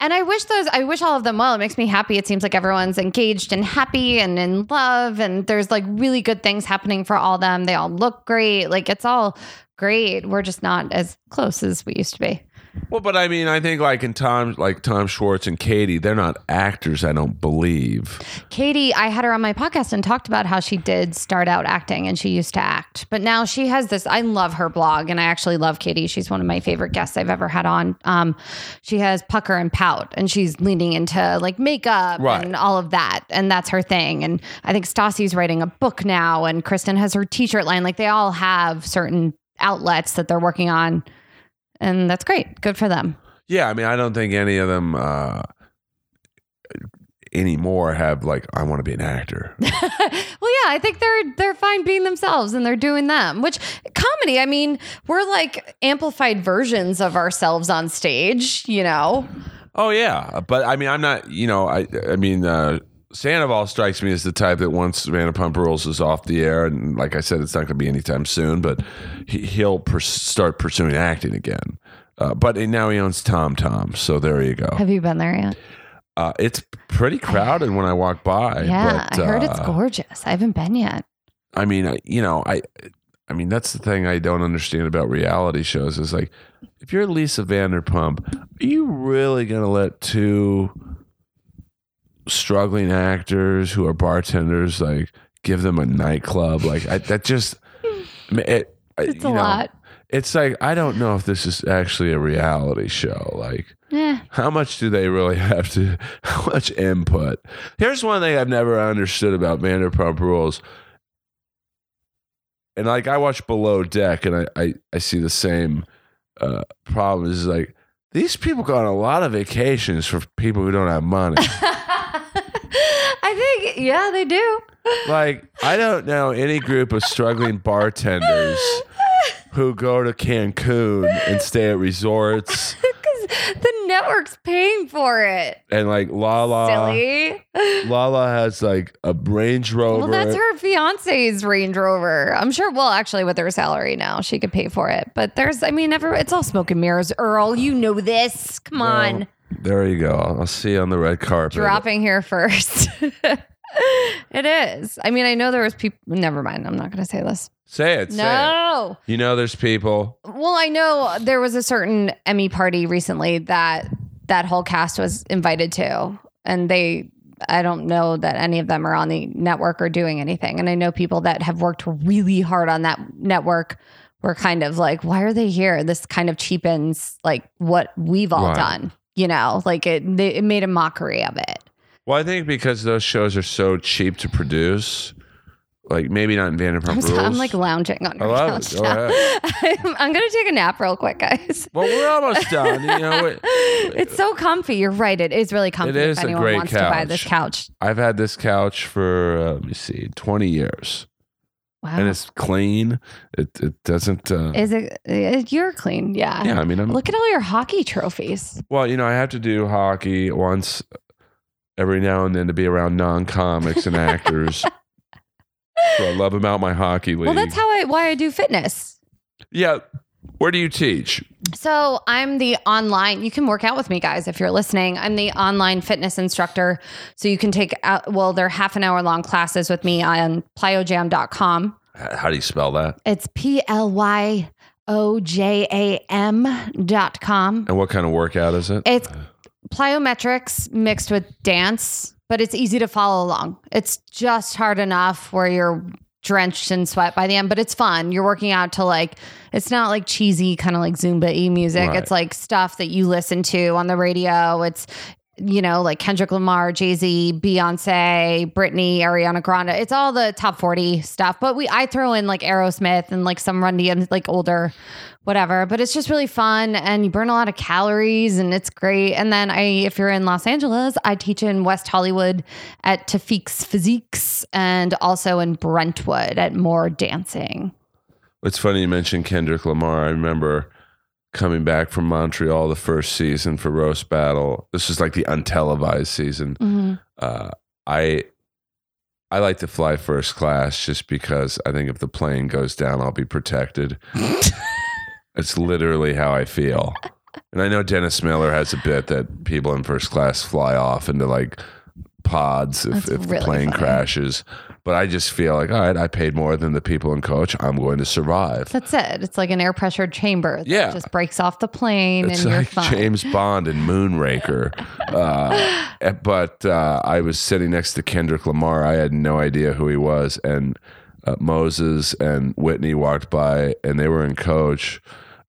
And I wish those, I wish all of them well. It makes me happy. It seems like everyone's engaged and happy and in love. And there's like really good things happening for all them. They all look great. Like it's all great. We're just not as close as we used to be. Well, but I mean, I think like in Tom, like Tom Schwartz and Katie, they're not actors. I don't believe. Katie, I had her on my podcast and talked about how she did start out acting and she used to act. But now she has this. I love her blog and I actually love Katie. She's one of my favorite guests I've ever had on. Um, she has Pucker and Pout and she's leaning into like makeup Right. and all of that. And that's her thing. And I think Stassi's writing a book now and Kristen has her t shirt line. Like they all have certain outlets that they're working on. And that's great. Good for them. Yeah, I mean, I don't think any of them uh, anymore have like I want to be an actor. Well, yeah, I think they're they're fine being themselves and they're doing them. Which comedy, I mean, we're like amplified versions of ourselves on stage, you know. oh yeah, but I mean I'm not. You know I I mean uh, Sandoval strikes me as the type that once Vanderpump Rules is off the air, and like I said, it's not going to be anytime soon. But he, he'll pers- start pursuing acting again. Uh, but now he owns Tom Tom, so there you go. Have you been there yet? Uh, it's pretty crowded when I walk by. yeah, but, I heard it's uh, gorgeous. I haven't been yet. I mean, I- you know, I, I mean, that's the thing I don't understand about reality shows is like, if you're Lisa Vanderpump, are you really gonna let two struggling actors who are bartenders like give them a nightclub? Like I, that just, I mean, it, I- It's uh, you a know, lot. It's like I don't know if this is actually a reality show. Like, Yeah. how much do they really have to how much input here's one thing i've never understood about vanderpump rules and like i watch below deck and i i, I see the same uh problem is like these people go on a lot of vacations for people who don't have money I think yeah, they do. like i don't know any group of struggling bartenders who go to cancun and stay at resorts Cuz the network's paying for it. and like la la Silly. Lala has like a Range Rover. Well, that's her fiance's Range Rover. I'm sure. Well, actually, with her salary now, she could pay for it. But there's, I mean, every, it's all smoke and mirrors. Earl, you know this. Come on, Well, there you go. I'll I'll see you on the red carpet. dropping here first. it is. I mean, I know there was people. Never mind. I'm not going to say this. Say it. Say No. it. You know, there's people. Well, I know there was a certain Emmy party recently that that whole cast was invited to, and they. I don't know that any of them are on the network or doing anything. And I know people that have worked really hard on that network were kind of like, why are they here? This kind of cheapens like what we've all Right. done, you know, like it, they, it made a mockery of it. Well, I think because those shows are so cheap to produce, like maybe not in Vanderpump I'm, Rules. so, I'm like lounging on I my love couch it. Go now. ahead. I'm, I'm going to take a nap real quick, guys. well, we're almost done. You know, we- it's so comfy. You're right. It is really comfy. is a if anyone great wants to buy this couch. I've had this couch for uh, let me see, 20 years, Wow. and it's clean. It it doesn't. Uh, is it? uh, You're clean. Yeah. yeah, I mean, I'm Look at all your hockey trophies. Well, you know, I have to do hockey once every now and then to be around non comics and actors. So I love them out my hockey league. Well, that's how I why I do fitness. yeah. Where do you teach? So I'm the online. You can work out with me, guys, if you're listening. I'm the online fitness instructor. So you can take out. Well, they're half an hour long classes with me on PlyoJam.com. H- How do you spell that? It's P L Y O J A M dot com. And what kind of workout is it? It's plyometrics mixed with dance, but it's easy to follow along. It's just hard enough where you're drenched in sweat by the end, but it's fun. You're working out to like, it's not like cheesy, kind of like Zumba y music. Right. It's like stuff that you listen to on the radio. It's, you know, like Kendrick Lamar, Jay Z, Beyonce, Britney, Ariana Grande. It's all the top 40 stuff. But we, I throw in like Aerosmith and like some Run DMC, like older, whatever. But it's just really fun and you burn a lot of calories and it's great. And then I, if you're in Los Angeles, I teach in West Hollywood at Tafik's Physiques and also in Brentwood at More Dancing. It's funny you mentioned Kendrick Lamar. I remember coming back from Montreal the first season for Roast Battle. This is like the untelevised season. uh, I I like to fly first class just because I think if the plane goes down, I'll be protected. it's literally how I feel. And I know Dennis Miller has a bit that people in first class fly off into like pods if, That's if the really plane funny. crashes. But I just feel like, all right, I paid more than the people in coach. I'm going to survive. That's it. It's like an air pressured chamber. that Yeah. Just breaks off the plane It's and you're like fine. James Bond and Moonraker. Uh, but uh, I was sitting next to Kendrick Lamar. I had no idea who he was. And uh, Moses and Whitney walked by and they were in coach.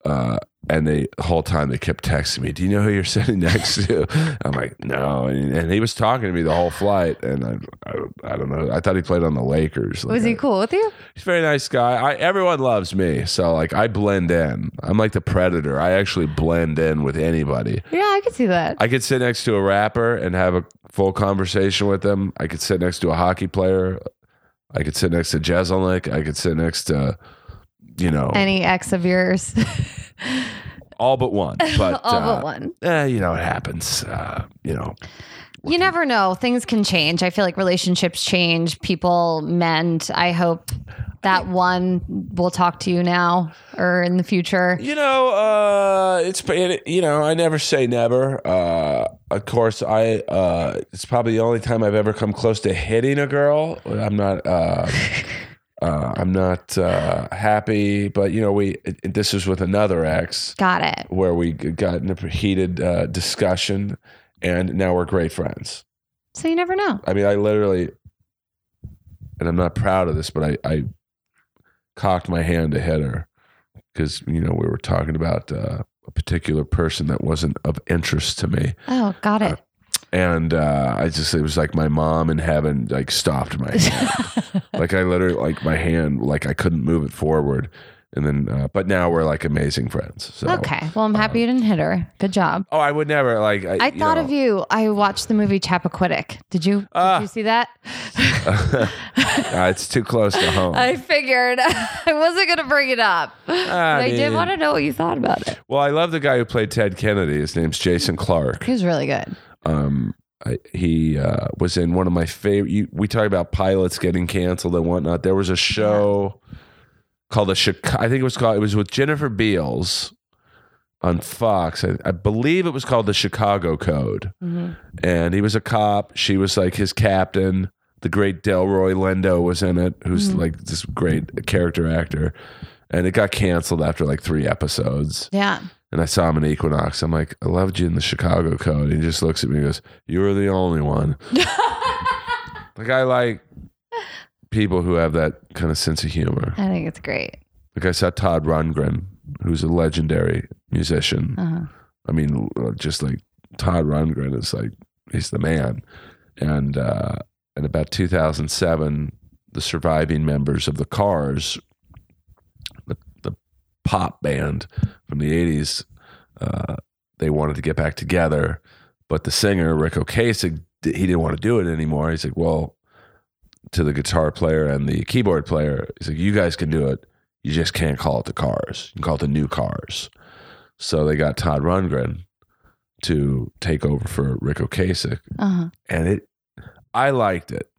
Uh, and they the whole time they kept texting me, "Do you know who you're sitting next to?" I'm like, "No," and, and he was talking to me the whole flight, and I, I, I don't know. I thought he played on the Lakers. Like, Was he I- cool with you? He's a very nice guy. I, everyone loves me, so like I blend in. I'm like the predator. I actually blend in with anybody. Yeah, I could see that. I could sit next to a rapper and have a full conversation with them. I could sit next to a hockey player. I could sit next to Jezelnik. I could sit next to, you know, Any ex of yours? all but one. But, All uh, but one. Eh, you know, it happens. Uh, you know, You never know. Things can change. I feel like relationships change, people mend. I hope that one will talk to you now or in the future. you know, uh, it's it, you know, I never say never. Uh, of course, I uh, it's probably the only time I've ever come close to hitting a girl. I'm not. Uh, Uh, I'm not uh, happy, but you know we. it- it- This was with another ex Got it. where we g- got in a heated uh, discussion, and now we're great friends. So you never know. I mean, I literally, and I'm not proud of this, but I, I cocked my hand to hit her because, you know, we were talking about uh, a particular person that wasn't of interest to me. Oh, got it. And uh, I just, it was like my mom in heaven, like, stopped my hand. like, I literally, like, my hand, like, I couldn't move it forward. And then, uh, but now we're like amazing friends. So. okay. Well, I'm happy you didn't hit her. Good job. Oh, I would never like. I, I thought of you. I watched the movie Chappaquiddick. Did you? Did Ah. Uh, you see that? of you. it's too close to home. I figured I wasn't going to bring it up. but I, did mean- want to know what you thought about it. Well, I love the guy who played Ted Kennedy. His name's Jason Clark. He was really good. Um, I, he uh, was in one of my favorite. You, we talk about pilots getting canceled and whatnot. There was a show called the Chicago. I think it was called. It was with Jennifer Beals on Fox. I, I believe it was called the Chicago Code. Mm-hmm. And he was a cop. She was like his captain. The great Delroy Lindo was in it, who's like this great character actor. And it got canceled after like three episodes. Yeah. And I saw him in Equinox. I'm like, I loved you in the Chicago Code. And he just looks at me and goes, You were the only one. like, I like people who have that kind of sense of humor. I think it's great. Like, I saw Todd Rundgren, who's a legendary musician. Uh-huh. I mean, uh, just like Todd Rundgren is like, he's the man. And uh, in about 2007, the surviving members of the Cars, the, the pop band from the 80s, uh, they wanted to get back together. But the singer, Rick Ocasek, he didn't want to do it anymore. He's like, well, to the guitar player and the keyboard player, he's like, you guys can do it. You just can't call it the Cars. You can call it the New Cars. So they got Todd Rundgren to take over for Rick Ocasek, Uh-huh. and it, I liked it,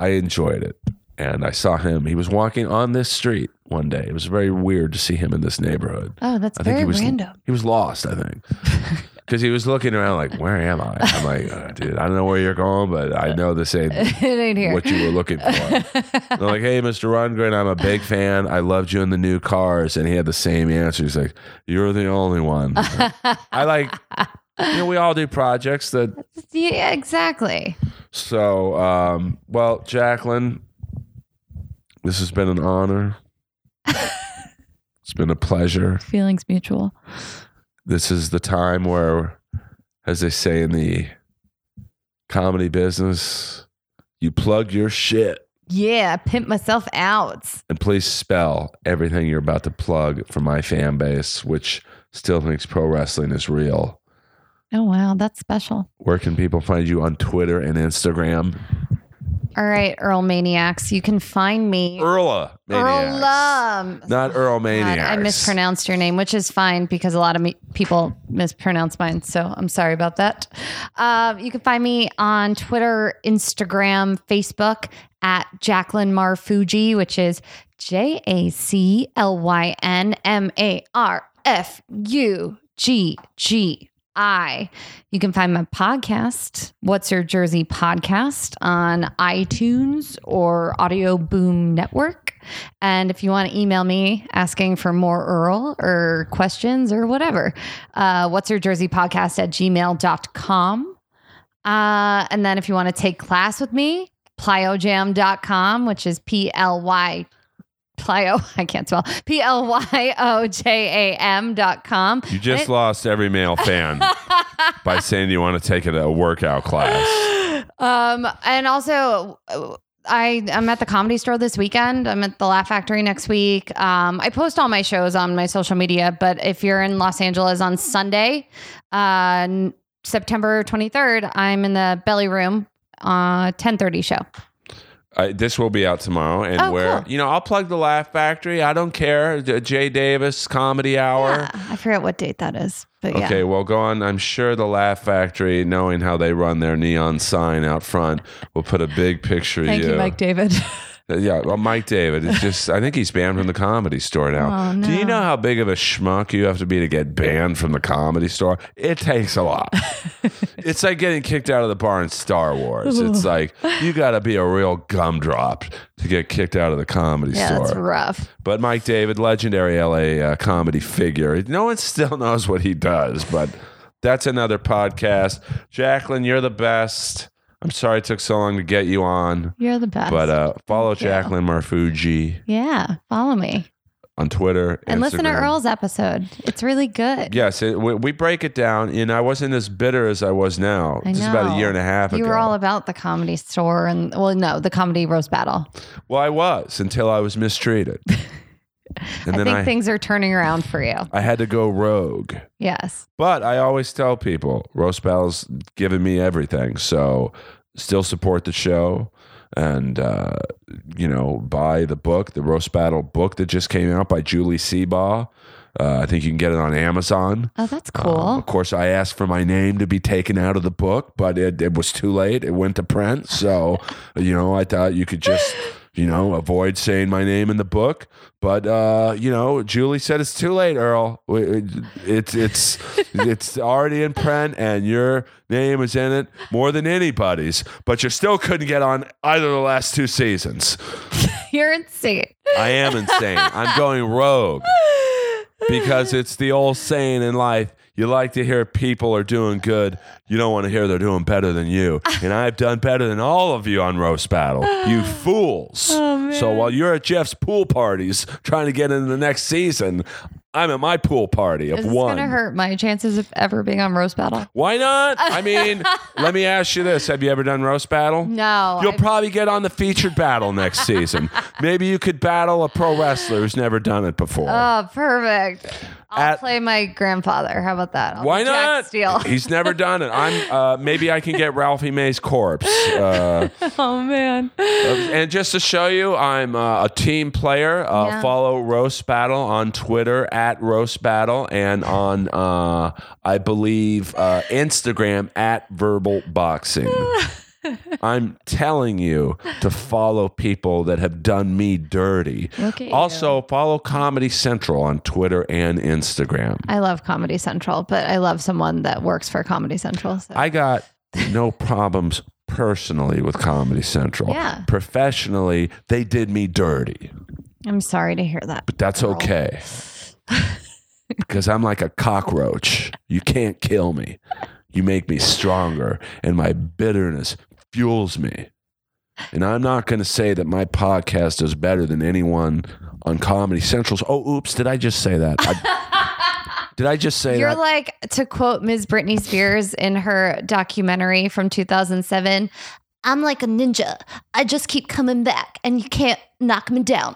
I enjoyed it, and I saw him. He was walking on this street one day. It was very weird to see him in this neighborhood. Oh, that's I think very he was- random. He was lost, I think, because he was looking around like, "Where am I?" I'm like, uh, "Dude, I don't know where you're going, but I know this ain't it ain't here. what you were looking for." They're like, hey, Mr. Rundgren, I'm a big fan. I loved you in the new cars. And he had the same answer. He's like, you're the only one. I like, you know, we all do projects that. yeah, exactly. So, um, well, Jacqueline, this has been an honor. it's been a pleasure. Feelings mutual. This is the time where, as they say in the comedy business, you plug your shit. Yeah, pimp myself out. And please spell everything you're about to plug for my fan base, which still thinks pro wrestling is real. Oh wow, that's special. Where can people find you on Twitter and Instagram? All right, Earl Maniacs, you can find me. Earla. Maniacs. Earl Not Earl God, Maniacs. I mispronounced your name, which is fine because a lot of me, people mispronounce mine. So I'm sorry about that. Uh, you can find me on Twitter, Instagram, Facebook at Jacqueline Marfuji, which is J A C L Y N M A R F U G G I. You can find my podcast, What's Your Jersey Podcast, on iTunes or Audio Boom Network. And if you want to email me asking for more Earl or questions or whatever, uh, What's Your Jersey Podcast at gmail.com. Uh, and then if you want to take class with me, plyojam.com, which is P L Y Plyo, I can't spell. P L Y O J A M dot com. You just lost every male fan by saying you want to take a, a workout class. Um, and also, uh, I am at the comedy store this weekend. I'm at the Laugh Factory next week. Um, I post all my shows on my social media, but if you're in Los Angeles on Sunday, uh, n- September 23rd, I'm in the Belly Room, uh, 10:30 show. I, this will be out tomorrow, and Oh, where cool. you know I'll plug the Laugh Factory. I don't care. J- Jay Davis Comedy Hour. Yeah, Ah, I forget what date that is, but yeah. Okay, well, go on. I'm sure the Laugh Factory, knowing how they run their neon sign out front, will put a big picture of Thank you, Mike David. Uh, Yeah, well, Mike David is just, I think he's banned from the comedy store now. Oh, Do you no. know how big of a schmuck you have to be to get banned from the comedy store? It takes a lot. it's like getting kicked out of the bar in Star Wars. It's like you got to be a real gumdrop to get kicked out of the comedy yeah, store. that's rough. But Mike David, legendary LA uh, comedy figure. No one still knows what he does, but that's another podcast. Jacqueline, you're the best. I'm sorry it took so long to get you on, You're the best. but uh, follow you. Jacqueline Marfuji yeah, follow me on Twitter and listen to Instagram. Earl's episode. It's really good. Yes, it, we, we break it down. You know, I wasn't as bitter as I was now. I This is about a know. year and a half You ago. were all about the comedy store and well, no, the comedy roast battle. well, I was until I was mistreated. And I then think I, things are turning around for you. I had to go rogue. Yes. But I always tell people, roast battle's given me everything. So still support the show and, uh, you know, buy the book, the roast battle book that just came out by Julie Seabaugh. Uh, I think you can get it on Amazon. Oh, that's Um, cool. of course, I asked for my name to be taken out of the book, but it, it was too late. It went to print. So, you know, I thought you could just, you know, avoid saying my name in the book. But, uh, you know, Julie said it's too late, Earl. It- It's, it's, it's already in print and your name is in it more than anybody's, but you still couldn't get on either of the last two seasons. You're insane. I am insane. I'm going rogue because it's the old saying in life. You like to hear people are doing good. You don't want to hear they're doing better than you. And I've done better than all of you on roast battle. You fools. Oh, so while you're at Jeff's pool parties trying to get into the next season, I'm at my pool party of Is this one. gonna hurt my chances of ever being on roast battle? Why not? I mean, let me ask you this. Have you ever done roast battle? No. You'll Oh, I- probably get on the featured battle next season. Maybe you could battle a pro wrestler who's never done it before. oh, perfect. I'll At- play my grandfather. How about that? I'll Why be Jack not? Steele. He's never done it. I'm. Uh, maybe I can get Ralphie May's corpse. Uh, oh man. and just to show you, I'm uh, a team player. Uh, Yeah. Follow Roast Battle on Twitter at Roast Battle and on uh, I believe uh, Instagram at Verbal Boxing. I'm telling you to follow people that have done me dirty. Look at Also, follow Comedy Central on Twitter and Instagram. I love Comedy Central, but I love someone that works for Comedy Central. So. I got no problems personally with Comedy Central. Yeah. Professionally, they did me dirty, I'm sorry to hear that. but that's okay. because I'm like a cockroach. You can't kill me. You make me stronger, and my bitterness fuels me. And I'm not going to say that my podcast is better than anyone on Comedy Central's. Oh, oops, did I just say that? I- did I just say You're that? like, to quote Ms. Britney Spears in her documentary from 2007, I'm like a ninja. I just keep coming back and you can't knock me down.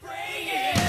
Bring it